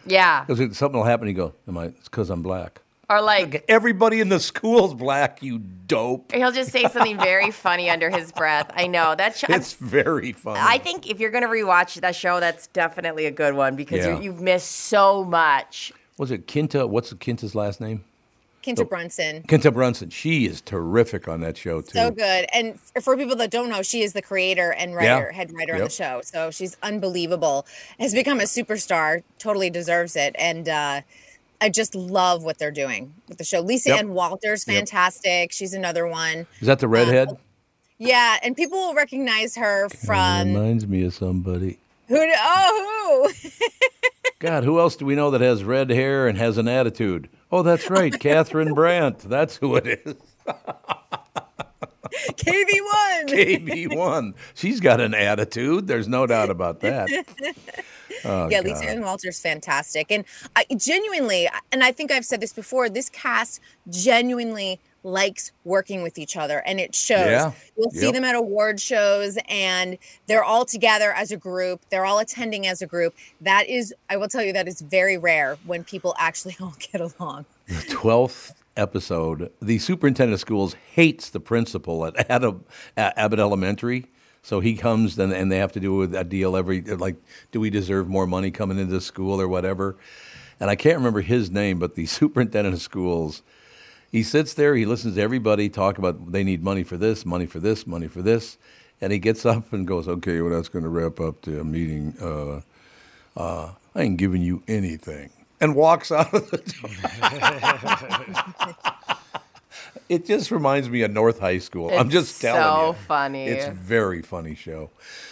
Yeah. Because something will happen, you go, "Am I?" It's because I'm black. Or like Everybody in the school's black. You dope. he'll just say (laughs) something very funny under his breath. I know that. Sh- I'm It's very funny. I think if you're going to rewatch that show, that's definitely a good one because Yeah. you, you've missed so much. was it Kinta? What's Kinta's last name? Kinta The- Brunson. Kinta Brunson. She is terrific on that show too. So good. And f- for people that don't know, she is the creator and Yeah. writer, head writer on Yep. the show. So she's unbelievable, has become a superstar, totally deserves it. And uh, I just love what they're doing with the show. Lisa Yep. Ann Walters, Yep. fantastic. She's another one. Is that the redhead? Yeah. And people will recognize her from Reminds me of somebody. who? Oh, who? (laughs) God, who else do we know that has red hair and has an attitude? Oh, that's right, Catherine Brandt. That's who it is. KB1. KB1. She's got an attitude. There's no doubt about that. Oh, yeah, Lisa God. Ann Walters, fantastic. And I genuinely, and I think I've said this before, this cast genuinely likes working with each other and it shows. Yeah. You'll see Yep. them at award shows and they're all together as a group. They're all attending as a group. That is, I will tell you, that is very rare when people actually (laughs) all get along. 12th episode. The superintendent of schools hates the principal at Adam, at Abbott Elementary. So he comes and, and they have to do with a deal every, like, do we deserve more money coming into this school or whatever? And I can't remember his name, but the (laughs) superintendent of schools, he sits there, he listens to everybody talk about they need money for this, money for this, money for this. And he gets (laughs) up and goes, okay, well, that's going to wrap up the meeting. Uh, uh, I ain't giving you anything. And walks (laughs) out of the It just reminds me of North High School. I'm It's just telling so you. funny. It's a very funny show.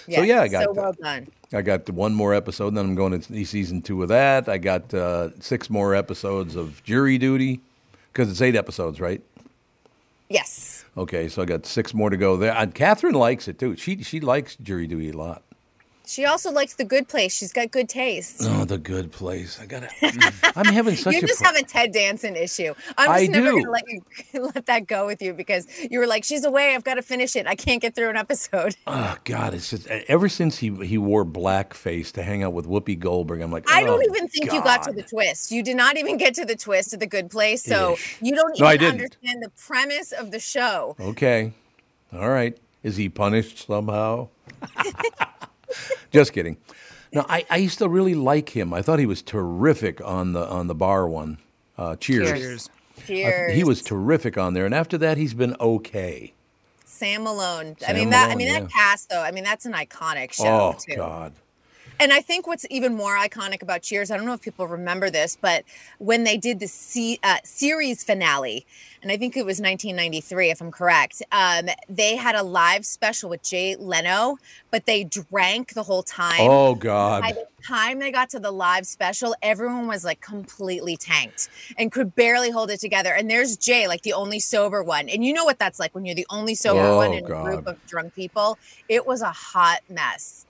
so yeah, I got so well done. I got one more episode, and then I'm going to season two of that. I got uh, six more episodes of Jury Duty because it's eight episodes, right? Yes. Okay, so I got six more to go there. And Catherine likes it too. She she likes Jury Duty a lot. She also likes the good place. She's got good taste. Oh, the good place. I (laughs) got it. I'm having such you a just pro- have a Ted Danson issue. I I'm just never do. gonna let you (laughs) let that go with you because you were like, "She's away. I've got to finish it. I can't get through (laughs) an episode." Oh God! It's just ever since he he wore blackface to hang out with Whoopi Goldberg. I'm like, I don't "Oh, even think you got to God." the twist. You did not even get to the twist of the good place, so Ish. you don't No, I even didn't. understand the premise of the show. Okay. All right. Is he punished somehow? (laughs) Just kidding. No, I, I used to really like him. I thought he was terrific on the on the bar one. Uh, cheers. Cheers. I th- Cheers. he was terrific on there, and after that, he's been okay. Sam Malone. I Sam mean that. I Malone, mean yeah. that cast, though. I mean that's an iconic show. oh too. God. And I think what's even more iconic about Cheers, I don't know if people remember this, but when they did the se- uh, series finale, and I think it was 1993, if I'm correct, um, they had a live special with Jay Leno, but they drank the whole time. Oh, God. By the time they got to the live special, everyone was like completely tanked and could barely hold it together. And there's Jay, like the only sober one. And you know what that's like when you're the only sober Oh, one in a group God. of drunk people. It was a hot mess.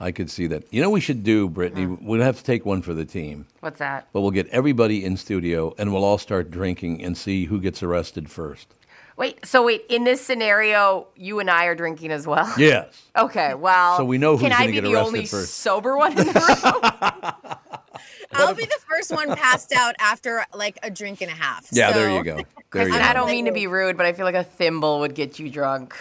I could see that. You know, what we should do, Brittany. Uh-huh. We'll have to take one for the team, What's that? but we'll get everybody in studio, and we'll all start drinking and see who gets arrested first. Wait, so wait, in this scenario, you and I are drinking as well? Yes. Okay, well, So we know who's can I gonna be get the arrested only first. sober one (laughs) in the room? I'll be the (laughs) first one passed out after like a drink and a half. Yeah. there So- you (laughs) go. There you I go. don't mean to be rude, but I feel like a thimble would get you drunk.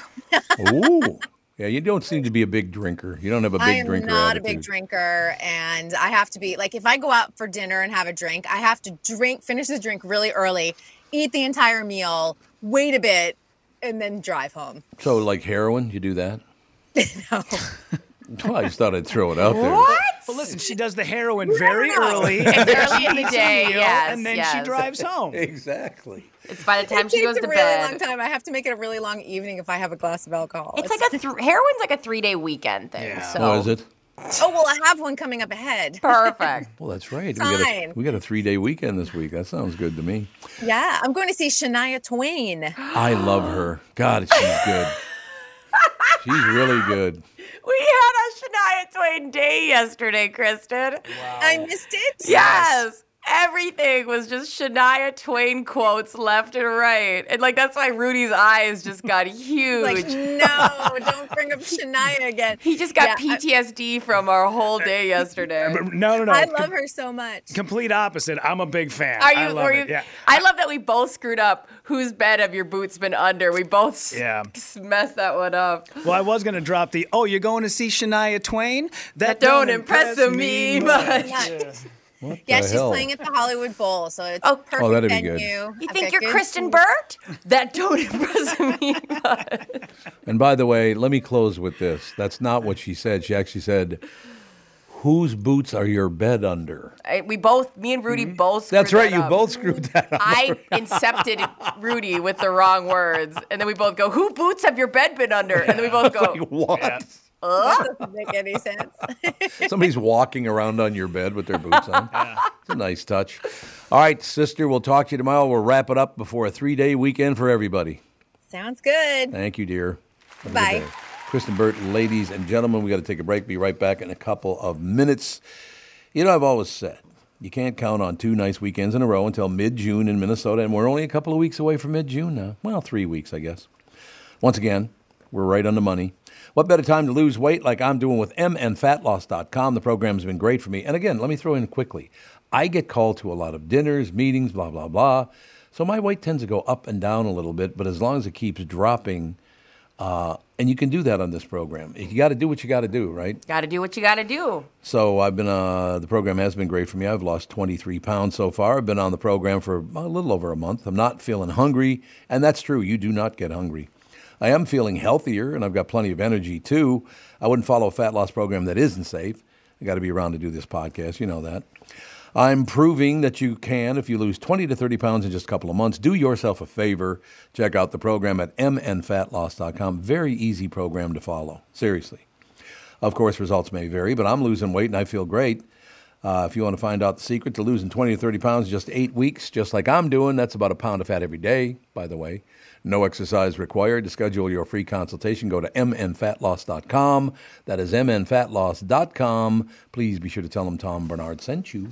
Ooh. Yeah, you don't seem to be a big drinker. You don't have a big I am drinker. not a big attitude. drinker, and I have to be like if I go out for dinner and have a drink, I have to drink, finish the drink really early, eat the entire meal, wait a bit, and then drive home. So, like heroin, you do (laughs) that? (laughs) no. I just thought I'd throw it out there. But listen, she does the heroin very know. early. (laughs) It's and then early she in the (laughs) eats a day, meal, yes, And then she yes. drives home. (laughs) Exactly. It's by (laughs) the time it she takes goes a to really long bed. time. I have to make it a really long evening if I have a glass of alcohol. It's like a th- heroin's like a three day weekend thing. So Oh, is it? oh well, I have one coming up ahead. perfect. Well, that's right. We got, a, Fine. we got a three day weekend this week. That sounds good to me. Yeah, I'm going to see Shania Twain. I love her. God, she's (laughs) good. she's really good. (laughs) We had a Shania Twain day yesterday, Kristen. (gasps) I missed it. Yes. Everything was just Shania Twain quotes left and right. And like that's why Rudy's eyes just (laughs) got huge. (laughs) Like no, don't bring up Shania again. he just got Yeah, I- PTSD from our whole (laughs) day yesterday. But no, no, no. Oh, I Com- love her so much. Complete opposite. I'm a big fan. Are you? I love were it. you- Yeah. I love that we both screwed up. Whose bed have your boots been under? We both s- Yeah. s- messed that one up. Well, I was gonna drop the. Oh, you're going to see Shania Twain? That, Don't impress (laughs) me much. Yeah, The she's hell? playing at the Hollywood Bowl, so it's Oh. Oh, perfect that'd be venue. good. You I've think got you're good Kristen food. Burt? That don't (laughs) impress me much. And by the way, let me close with this. That's not what she said. She actually said, Whose boots are your bed under? I- we both, me and Rudy, both. Screwed Mm. That's right. that You up. both screwed (laughs) that up. I incepted (laughs) Rudy with the wrong words, and then we both go, "Who boots have your bed been under?" And then we both go, (laughs) Like, what? That doesn't make any sense. (laughs) Somebody's walking around on your bed with their boots on. It's a nice touch. All right, sister, we'll talk to you tomorrow. We'll wrap it up before a three day weekend for everybody. Sounds good. Thank you, dear. Have a good Bye. day. Kristen Burt, ladies and gentlemen, we got to take a break. Be right back in a couple of minutes. You know, I've always said you can't count on two nice weekends in a row until mid June in Minnesota, and we're only a couple of weeks away from mid June now. Well, three weeks, I guess. Once again, we're right on the money. What better time to lose weight like I'm doing with mnfatloss.com? The program's been great for me. And again, let me throw in quickly I get called to a lot of dinners, meetings, blah, blah, blah. So my weight tends to go up and down a little bit, but as long as it keeps dropping, uh, and you can do that on this program. You got to do what you got to do, right? "Got to do what you got to do." So I've been uh, the program has been great for me. I've lost 23 pounds so far. I've been on the program for a little over a month. I'm not feeling hungry, and that's true. You do not get hungry. I am feeling healthier, and I've got plenty of energy too. I wouldn't follow a fat loss program that isn't safe. I got to be around to do this podcast. You know that. I'm proving that you can if you lose 20 to 30 pounds in just a couple of months. Do yourself a favor. Check out the program at mnfatloss.com. Very easy program to follow. Seriously. Of course, results may vary, but I'm losing weight and I feel great. Uh, if you want to find out the secret to losing 20 to 30 pounds in just eight weeks, just like I'm doing, that's about a pound of fat every day, by the way. No exercise required. To schedule your free consultation, go to mnfatloss.com. That is mnfatloss.com. Please be sure to tell them Tom Bernard sent you.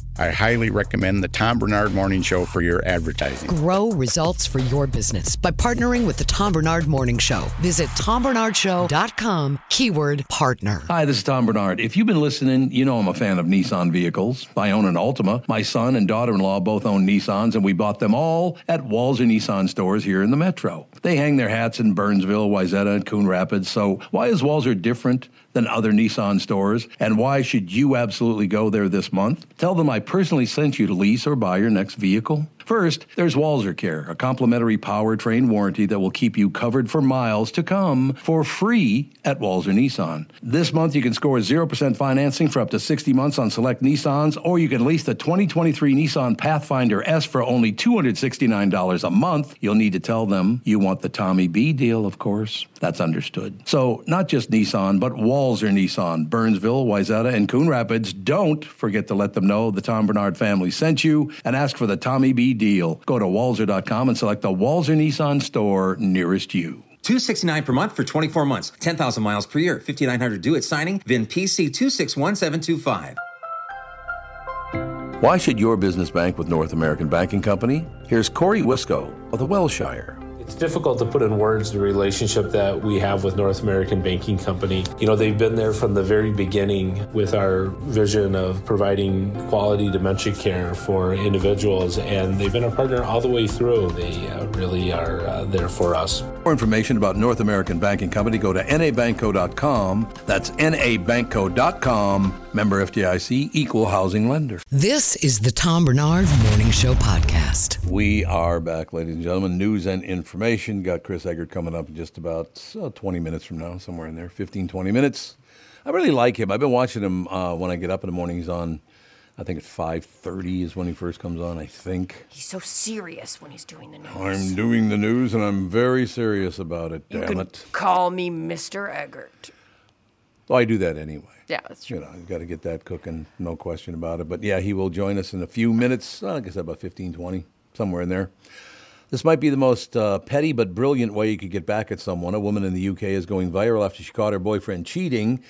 I highly recommend the Tom Bernard Morning Show for your advertising. Grow results for your business by partnering with the Tom Bernard Morning Show. Visit tombernardshow.com, keyword partner. Hi, this is Tom Bernard. If you've been listening, you know I'm a fan of Nissan vehicles. I own an Altima. My son and daughter in law both own Nissans, and we bought them all at Walzer Nissan stores here in the metro. They hang their hats in Burnsville, Wayzata, and Coon Rapids. So, why is Walzer different than other Nissan stores? And why should you absolutely go there this month? Tell them I personally sent you to lease or buy your next vehicle. First, there's Walzer Care, a complimentary powertrain warranty that will keep you covered for miles to come for free at Walzer Nissan. This month, you can score 0% financing for up to 60 months on select Nissans, or you can lease the 2023 Nissan Pathfinder S for only $269 a month. You'll need to tell them you want the Tommy B deal, of course. That's understood. So, not just Nissan, but Walzer Nissan, Burnsville, Wayzata, and Coon Rapids. Don't forget to let them know the Tom Bernard family sent you and ask for the Tommy B deal. Go to walzer.com and select the Walzer Nissan store nearest you. 269 per month for 24 months, 10,000 miles per year, 5,900 due at signing, VIN PC261725. Why should your business bank with North American Banking Company? Here's Corey Wisco of the Welshire. It's difficult to put in words the relationship that we have with North American Banking Company. You know, they've been there from the very beginning with our vision of providing quality dementia care for individuals, and they've been a partner all the way through. They uh, really are uh, there for us. For information about North American Banking Company, go to nabankco.com. That's nabankco.com. Member FDIC, equal housing lender. This is the Tom Bernard Morning Show Podcast. We are back, ladies and gentlemen. News and information. Got Chris Eggert coming up in just about uh, 20 minutes from now, somewhere in there, 15, 20 minutes. I really like him. I've been watching him uh, when I get up in the morning. He's on, I think at 5.30 is when he first comes on, I think. He's so serious when he's doing the news. I'm doing the news, and I'm very serious about it, You damn could it. call me Mr. Eggert. Well, I do that anyway. Yeah, that's true. You know, I've got to get that cooking, no question about it. But yeah, he will join us in a few minutes. I guess about 15, 20, somewhere in there. This might be the most uh, petty but brilliant way you could get back at someone. A woman in the UK is going viral after she caught her boyfriend cheating,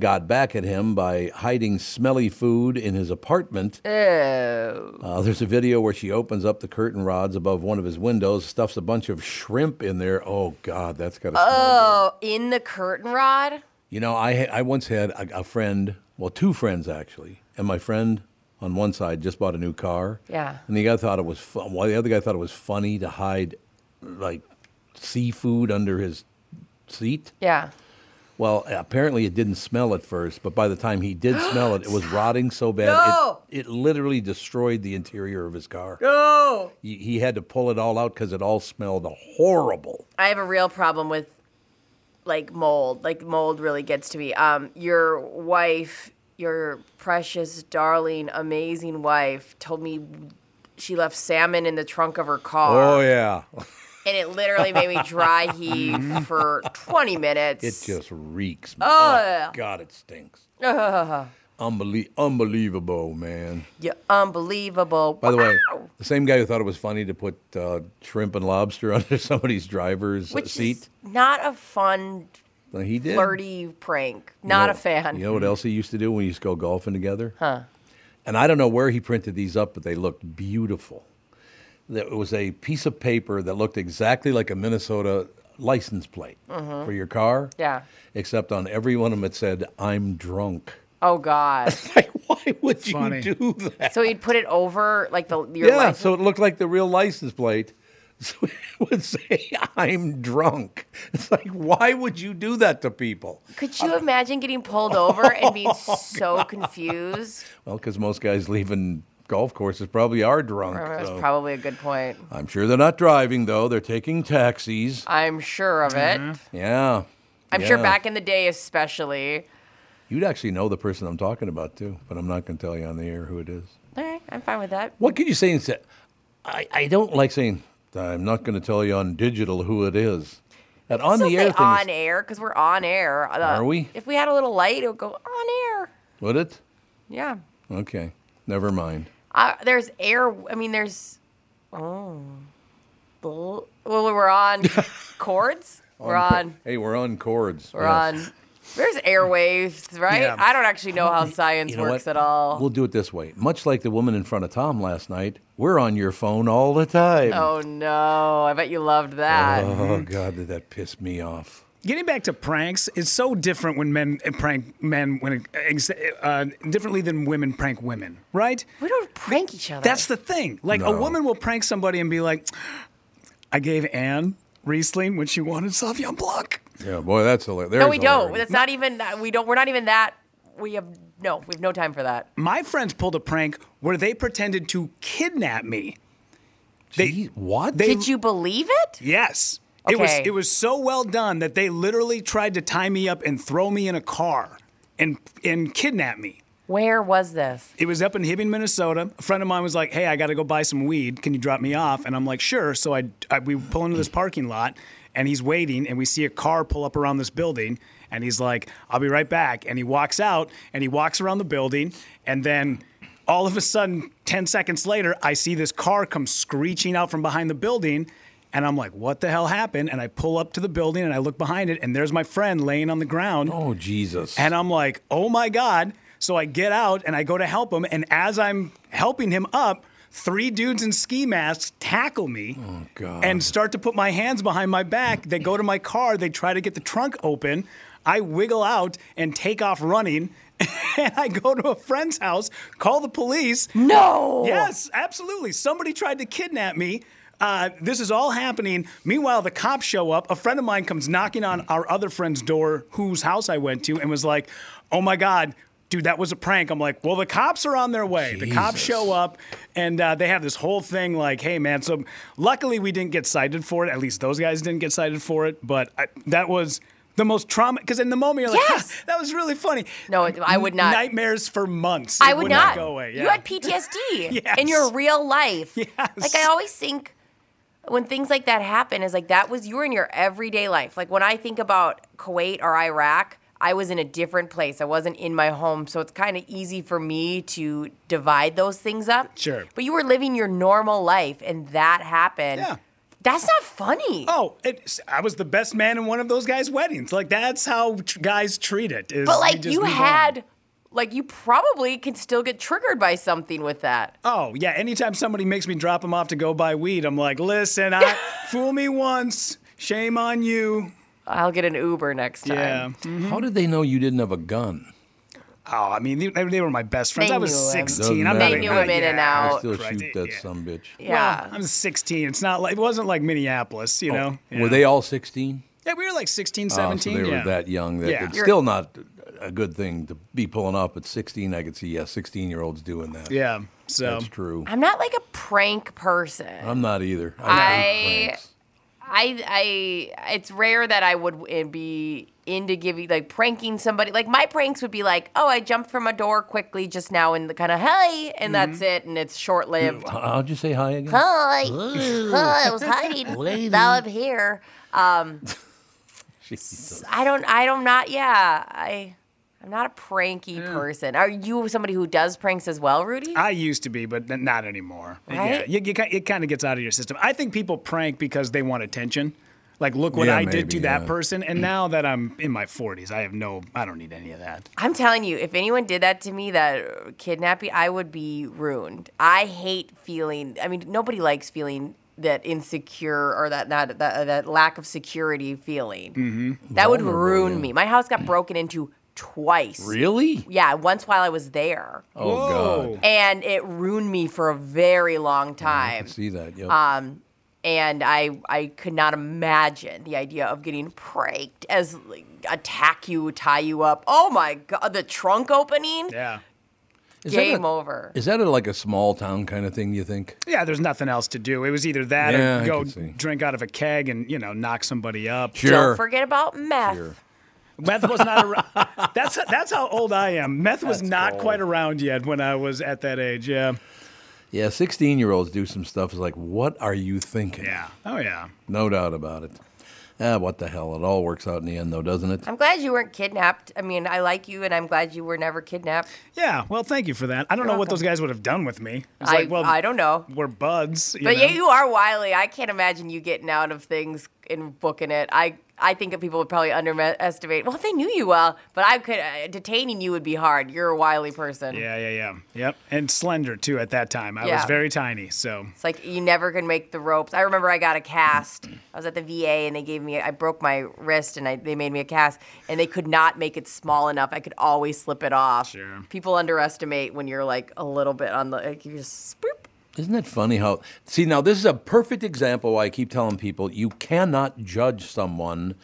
got back at him by hiding smelly food in his apartment. Oh. Uh, there's a video where she opens up the curtain rods above one of his windows, stuffs a bunch of shrimp in there. Oh, God, that's got to smell Oh, in the curtain rod? you know, I I once had a, a friend, well, two friends actually, and my friend on one side just bought a new car, Yeah. and the guy thought it was fun. Well, the other guy thought it was funny to hide like seafood under his seat. Yeah. Well, apparently it didn't smell at first, but by the time he (gasps) did smell it, it was rotting so bad No! it, it literally destroyed the interior of his car. No. He, he had to pull it all out because it all smelled horrible. I have a real problem with like mold. Like mold really gets to me. Um, your wife, your precious, darling, amazing wife, told me she left salmon in the trunk of her car, Oh yeah, and it literally made me (laughs) dry heave for 20 minutes. it just reeks. Oh, yeah. God, it (laughs) stinks. Ugh. Unbelie- unbelievable, man. yeah, unbelievable. By the way, Wow. the same guy who thought it was funny to put uh, shrimp and lobster (laughs) under somebody's driver's uh, Which seat, is not a fun, uh, he did. flirty prank. You Not know- a fan. You know what else he used to do when he used to go golfing together? Huh. And I don't know where he printed these up, but they looked beautiful. There was a piece of paper that looked exactly like a Minnesota license plate Mhm. for your car, Yeah. except on every one of them it said, I'm drunk. (laughs) Oh God. why would you do that? So he'd put it over like the your yeah, license- so it looked like the real license plate. (laughs) So it would say, "I'm drunk." It's like, why would you do that to people? Could you imagine getting pulled over and being (laughs) so confused? Well, because most guys leaving golf courses probably are drunk. That's so- probably a good point. I'm sure they're not driving though; they're taking taxis. I'm sure of it. Yeah, I'm sure Uh-huh. yeah. back in the day, especially. You'd actually know the person I'm talking about too, but I'm not going to tell you on the air who it is. All right, I'm fine with that. What could you say instead? I, I don't like saying I'm not going to tell you on digital who it is. That on Still the air say thing, on air because we're on air. Uh, Are we? If we had a little light, it would go on air. would it? Yeah. Okay, never mind. Uh, there's air. I mean, there's. Oh. Well, (laughs) we're on chords. We're co- on. Hey, we're on chords. We're Yes. on. There's airwaves, right? Yeah. I don't actually know how science You know works what? at all. We'll do it this way. Much like the woman in front of Tom last night, we're on your phone all the time. Oh no! I bet you loved that. Uh. Oh, God, did that piss me off? Getting back to pranks, it's so different when men prank men when ex- uh, differently than women prank women, right? We don't prank each other. That's the thing. Like No. a woman will prank somebody and be like, "I gave Anne Riesling when she wanted Sauvignon Blanc." Yeah, boy, that's hilarious. no, we don't. That's not even. that- We don't. We're not even that. We have no. We have no time for that. My friends pulled a prank where they pretended to kidnap me. They what? Did you believe it? Yes. It was Okay. it was so well done that they literally tried to tie me up and throw me in a car and and kidnap me. Where was this? It was up in Hibbing, Minnesota. A friend of mine was like, "Hey, I got to go buy some weed. Can you drop me off?" And I'm like, "Sure." So I, I we pull into this parking lot, and he's waiting, and we see a car pull up around this building, and he's like, "I'll be right back." And he walks out, and he walks around the building, and then all of a sudden, ten seconds later, I see this car come screeching out from behind the building. And I'm like, what the hell happened? And I pull up to the building and I look behind it, and there's my friend laying on the ground. Oh, Jesus. And I'm like, oh my God. So I get out and I go to help him. And as I'm helping him up, three dudes in ski masks tackle me God. and start to put my hands behind my back. They go to my car, they try to get the trunk open. I wiggle out and take off running. (laughs) and I go to a friend's house, call the police. No! Yes, absolutely. Somebody tried to kidnap me. Uh, this is all happening. Meanwhile, the cops show up. A friend of mine comes knocking on our other friend's door, whose house I went to, and was like, Oh my God, dude, that was a prank. I'm like, Well, the cops are on their way. The cops Jesus. show up, and uh, they have this whole thing like, Hey, man. So luckily, we didn't get cited for it. At least those guys didn't get cited for it. But I, that was. The most trauma, because in the moment you're like, yes! that was really funny. No, it- I would not. Nightmares for months. I It would not. go away. You yeah. had (laughs) PTSD in Yes. your real life. (laughs) Like I always think when things like that happen is like that was you were in your everyday life. Like when I think about Kuwait or Iraq, I was in a different place. I wasn't in my home, so it's kind of easy for me to divide those things up. Sure. But you were living your normal life and that happened. Yeah. That's not funny. Oh, it, I was the best man in one of those guys' weddings. Like that's how t- guys treat it. is But we like just you move on. had like you probably can still get triggered by something with that. Oh yeah. Anytime somebody makes me drop them off to go buy weed, I'm like, (laughs) listen, I fool me once, shame on you. I'll get an Uber next time. Yeah. How did they know you didn't have a gun? Oh, I mean, they, they were my best friends. They I was knew him. 16. Doesn't I'm not matter. a- They knew him in and Yeah. I still Correct. shoot that some bitch. Well, I'm 16. It's not like it wasn't like Minneapolis, you know. Were Oh. they all 16? Yeah, we were like 16, Oh, so 17. they yeah. were that young. That Yeah. It's You're- still not a good thing to be pulling up at 16. I could see, yeah, 16 year olds doing that. Yeah, so- that's true. I'm not like a prank person. I'm not either. hate I, pranks. I, I, it's rare that I would w- be into giving like pranking somebody. Like my pranks would be like, oh, I jumped from a door quickly just now and the kind of hey, and that's it, and it's short lived. How- How'd you say hi again? (laughs) Hi, Ooh. (laughs) hi, I was hiding. Lady. Now I'm here. Um, Jesus. I don't, I don't, not yeah. I, I'm not a pranky person. Are you somebody who does pranks as well, Rudy? I used to be, but n- not anymore. Right? Yeah, you, you, ki- it kind of gets out of your system. I think people prank because they want attention. Like, look what Yeah, I did to maybe, that yeah. (clears throat) person. And now that I'm in my 40s, I have no, I don't need any of that. I'm telling you, if anyone did that to me, that uh, kidnapping, I would be ruined. I hate feeling. I mean, nobody likes feeling that insecure or that not that, uh, that lack of security feeling. Mm-hmm. That would ruin me. My house got broken into twice. Really? Yeah, once while I was there. Oh, Whoa. God. And it ruined me for a very long time. Oh, See that? Yep. Um, and I I could not imagine the idea of getting pranked as like, attack you, tie you up. Oh my god, the trunk opening. Yeah. Is that Game a- over. Is that a, like a small town kind of thing, you think? Yeah, there's nothing else to do. It was either that Yeah, or I go could see. drink out of a keg and, you know, knock somebody up. Don't forget about meth. (laughs) Meth was not around. (laughs) that's, that's how old I am. Meth was not quite around yet when I was at that age. Yeah. Yeah, 16 year olds do some stuff. It's like, what are you thinking? Yeah. Oh, yeah. No doubt about it. Ah, what the hell? It all works out in the end, though, doesn't it? I'm glad you weren't kidnapped. I mean, I like you, and I'm glad you were never kidnapped. Yeah. Well, thank you for that. I don't know what those guys would have done with me. It's I- like, well, I don't know. We're buds. but know? yeah, you are wily. I can't imagine you getting out of things and booking it. I I think that people would probably underestimate. Well, if they knew you well, but I could uh, detaining you would be hard. You're a wily person. Yeah, yeah, yeah. Yep. And slender too at that time. I was Yeah. very tiny, so It's like you never can make the ropes. I remember I got a cast. I was at the VA and they gave me. I broke my wrist and I, they made me a cast, and they could not make it small enough. I could always slip it off. Sure. People underestimate when you're like a little bit on the. Like you just spoop. Isn't it funny how? See, now this is a perfect example why I keep telling people you cannot judge someone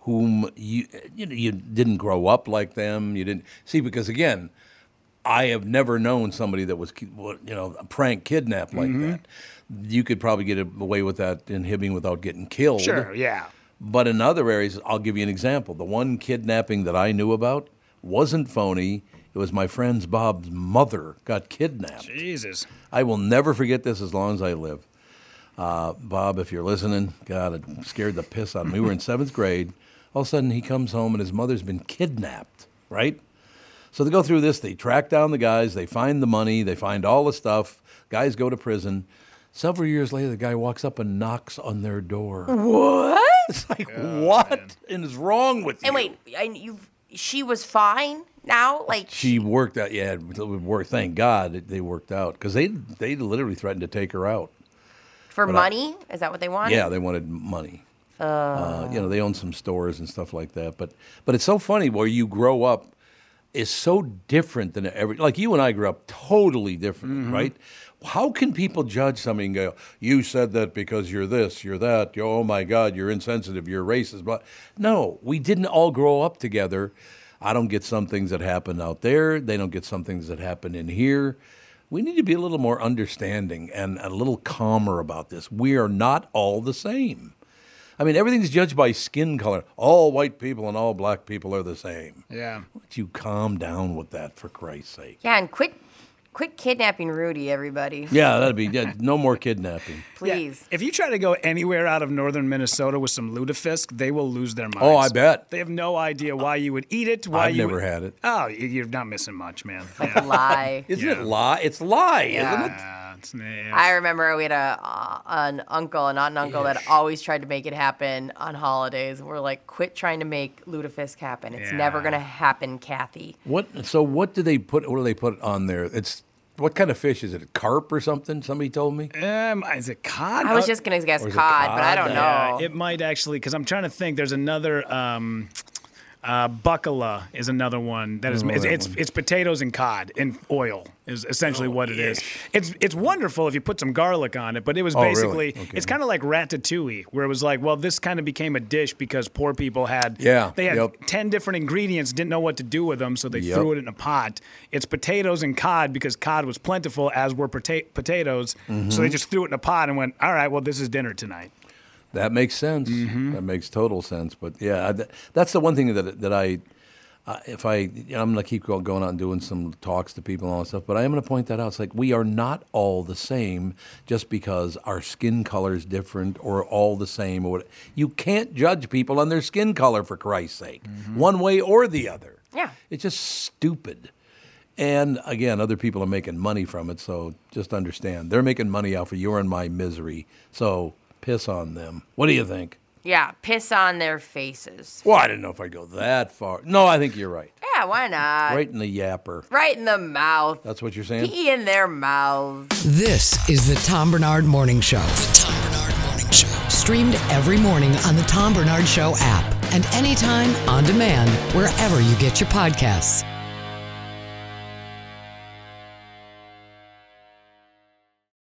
whom you you, know, you didn't grow up like them. You didn't see because again, I have never known somebody that was ki- what, you know a prank kidnap like Mhm. that. You could probably get away with that in Hibbing without getting killed. Sure, yeah. But in other areas, I'll give you an example. The one kidnapping that I knew about wasn't phony. It was my friend's Bob's mother got kidnapped. Jesus. I will never forget this as long as I live. Uh, Bob, if you're listening, God, it scared the piss out of me. We were in seventh grade. All of a sudden, he comes home and his mother's been kidnapped, right? So they go through this. They track down the guys. They find the money. They find all the stuff. Guys go to prison. Several years later, the guy walks up and knocks on their door. What? It's like, what is wrong with you? And wait, and you. She was fine. now. Like She worked out. Yeah, it worked. Thank God it- they worked out because they they literally threatened to take her out. for But I- money, is that what they want? Yeah, they wanted money. Uh, Uh, you know, they own some stores and stuff like that. But but it's so funny where you grow up is so different than every like you and I grew up totally different, Mhm. right? How can people judge somebody and go, "You said that because you're this, you're that, you're, oh my God, you're insensitive, you're racist"? But no, we didn't all grow up together. I don't get some things that happen out there. They don't get some things that happen in here. We need to be a little more understanding and a little calmer about this. We are not all the same. I mean, everything's judged by skin color. All white people and all black people are the same. Yeah. Would you calm down with that, for Christ's sake? yeah, and quit, quit kidnapping Rudy, everybody. (laughs) Yeah, that'd be yeah, no more kidnapping. Please. If you try to go anywhere out of northern Minnesota with some lutefisk, they will lose their minds. Oh, I bet. They have no idea why you would eat it. Why I've you never would- had it. Oh, you- you're not missing (laughs) much, man. lie. Isn't it lie? It's lie, Yeah. isn't it? I remember we had a uh, an uncle, an aunt and uncle that always tried to make it happen on holidays. We're like, quit trying to make lutefisk happen. It's never Yeah. gonna happen, Kathy. What? So what do they put? What do they put on there? It's what kind of fish is it? Carp or something? Somebody told me. Um, is it cod? I was just gonna guess Or is it cod, but I don't Yeah, know. it might actually, because I'm trying to think. There's another. Um, uh, buckala is another one that is Oh, it's, that it's, one. it's potatoes and cod and oil is essentially what it is. It's it's wonderful if you put some garlic on it, but it was Oh, really? basically Okay. it's kind of like ratatouille, where it was like, well, this kind of became a dish because poor people had Yeah, they had yep. ten different ingredients, didn't know what to do with them, so they Yep. threw it in a pot. It's potatoes and cod because cod was plentiful, as were pota- potatoes, Mm-hmm. so they Mhm. just threw it in a pot and went, all right, well, this is dinner tonight. That makes sense. That makes total sense. But yeah, I- that, that's the one thing that that I, uh, if I, you know, I'm gonna keep go- going out and doing some talks to people and all that stuff. But I am gonna point that out. It's like we are not all the same just because our skin color is different or all the same. Or what, you can't judge people on their skin color for Christ's sake, one way or the other. Yeah. It's just stupid. And again, other people are making money from it, so just understand they're making money off of your and my misery. So piss on them. What do you think? Yeah, piss on their faces. Well, I didn't know if I go that far. No, I think you're right. Yeah, why not? right in the yapper. Right in the mouth. That's what you're saying. Pee in their mouths. This is the Tom Bernard Morning Show. Tom Bernard Morning Show. Streamed every morning on the Tom Bernard Show app and anytime on demand wherever you get your podcasts.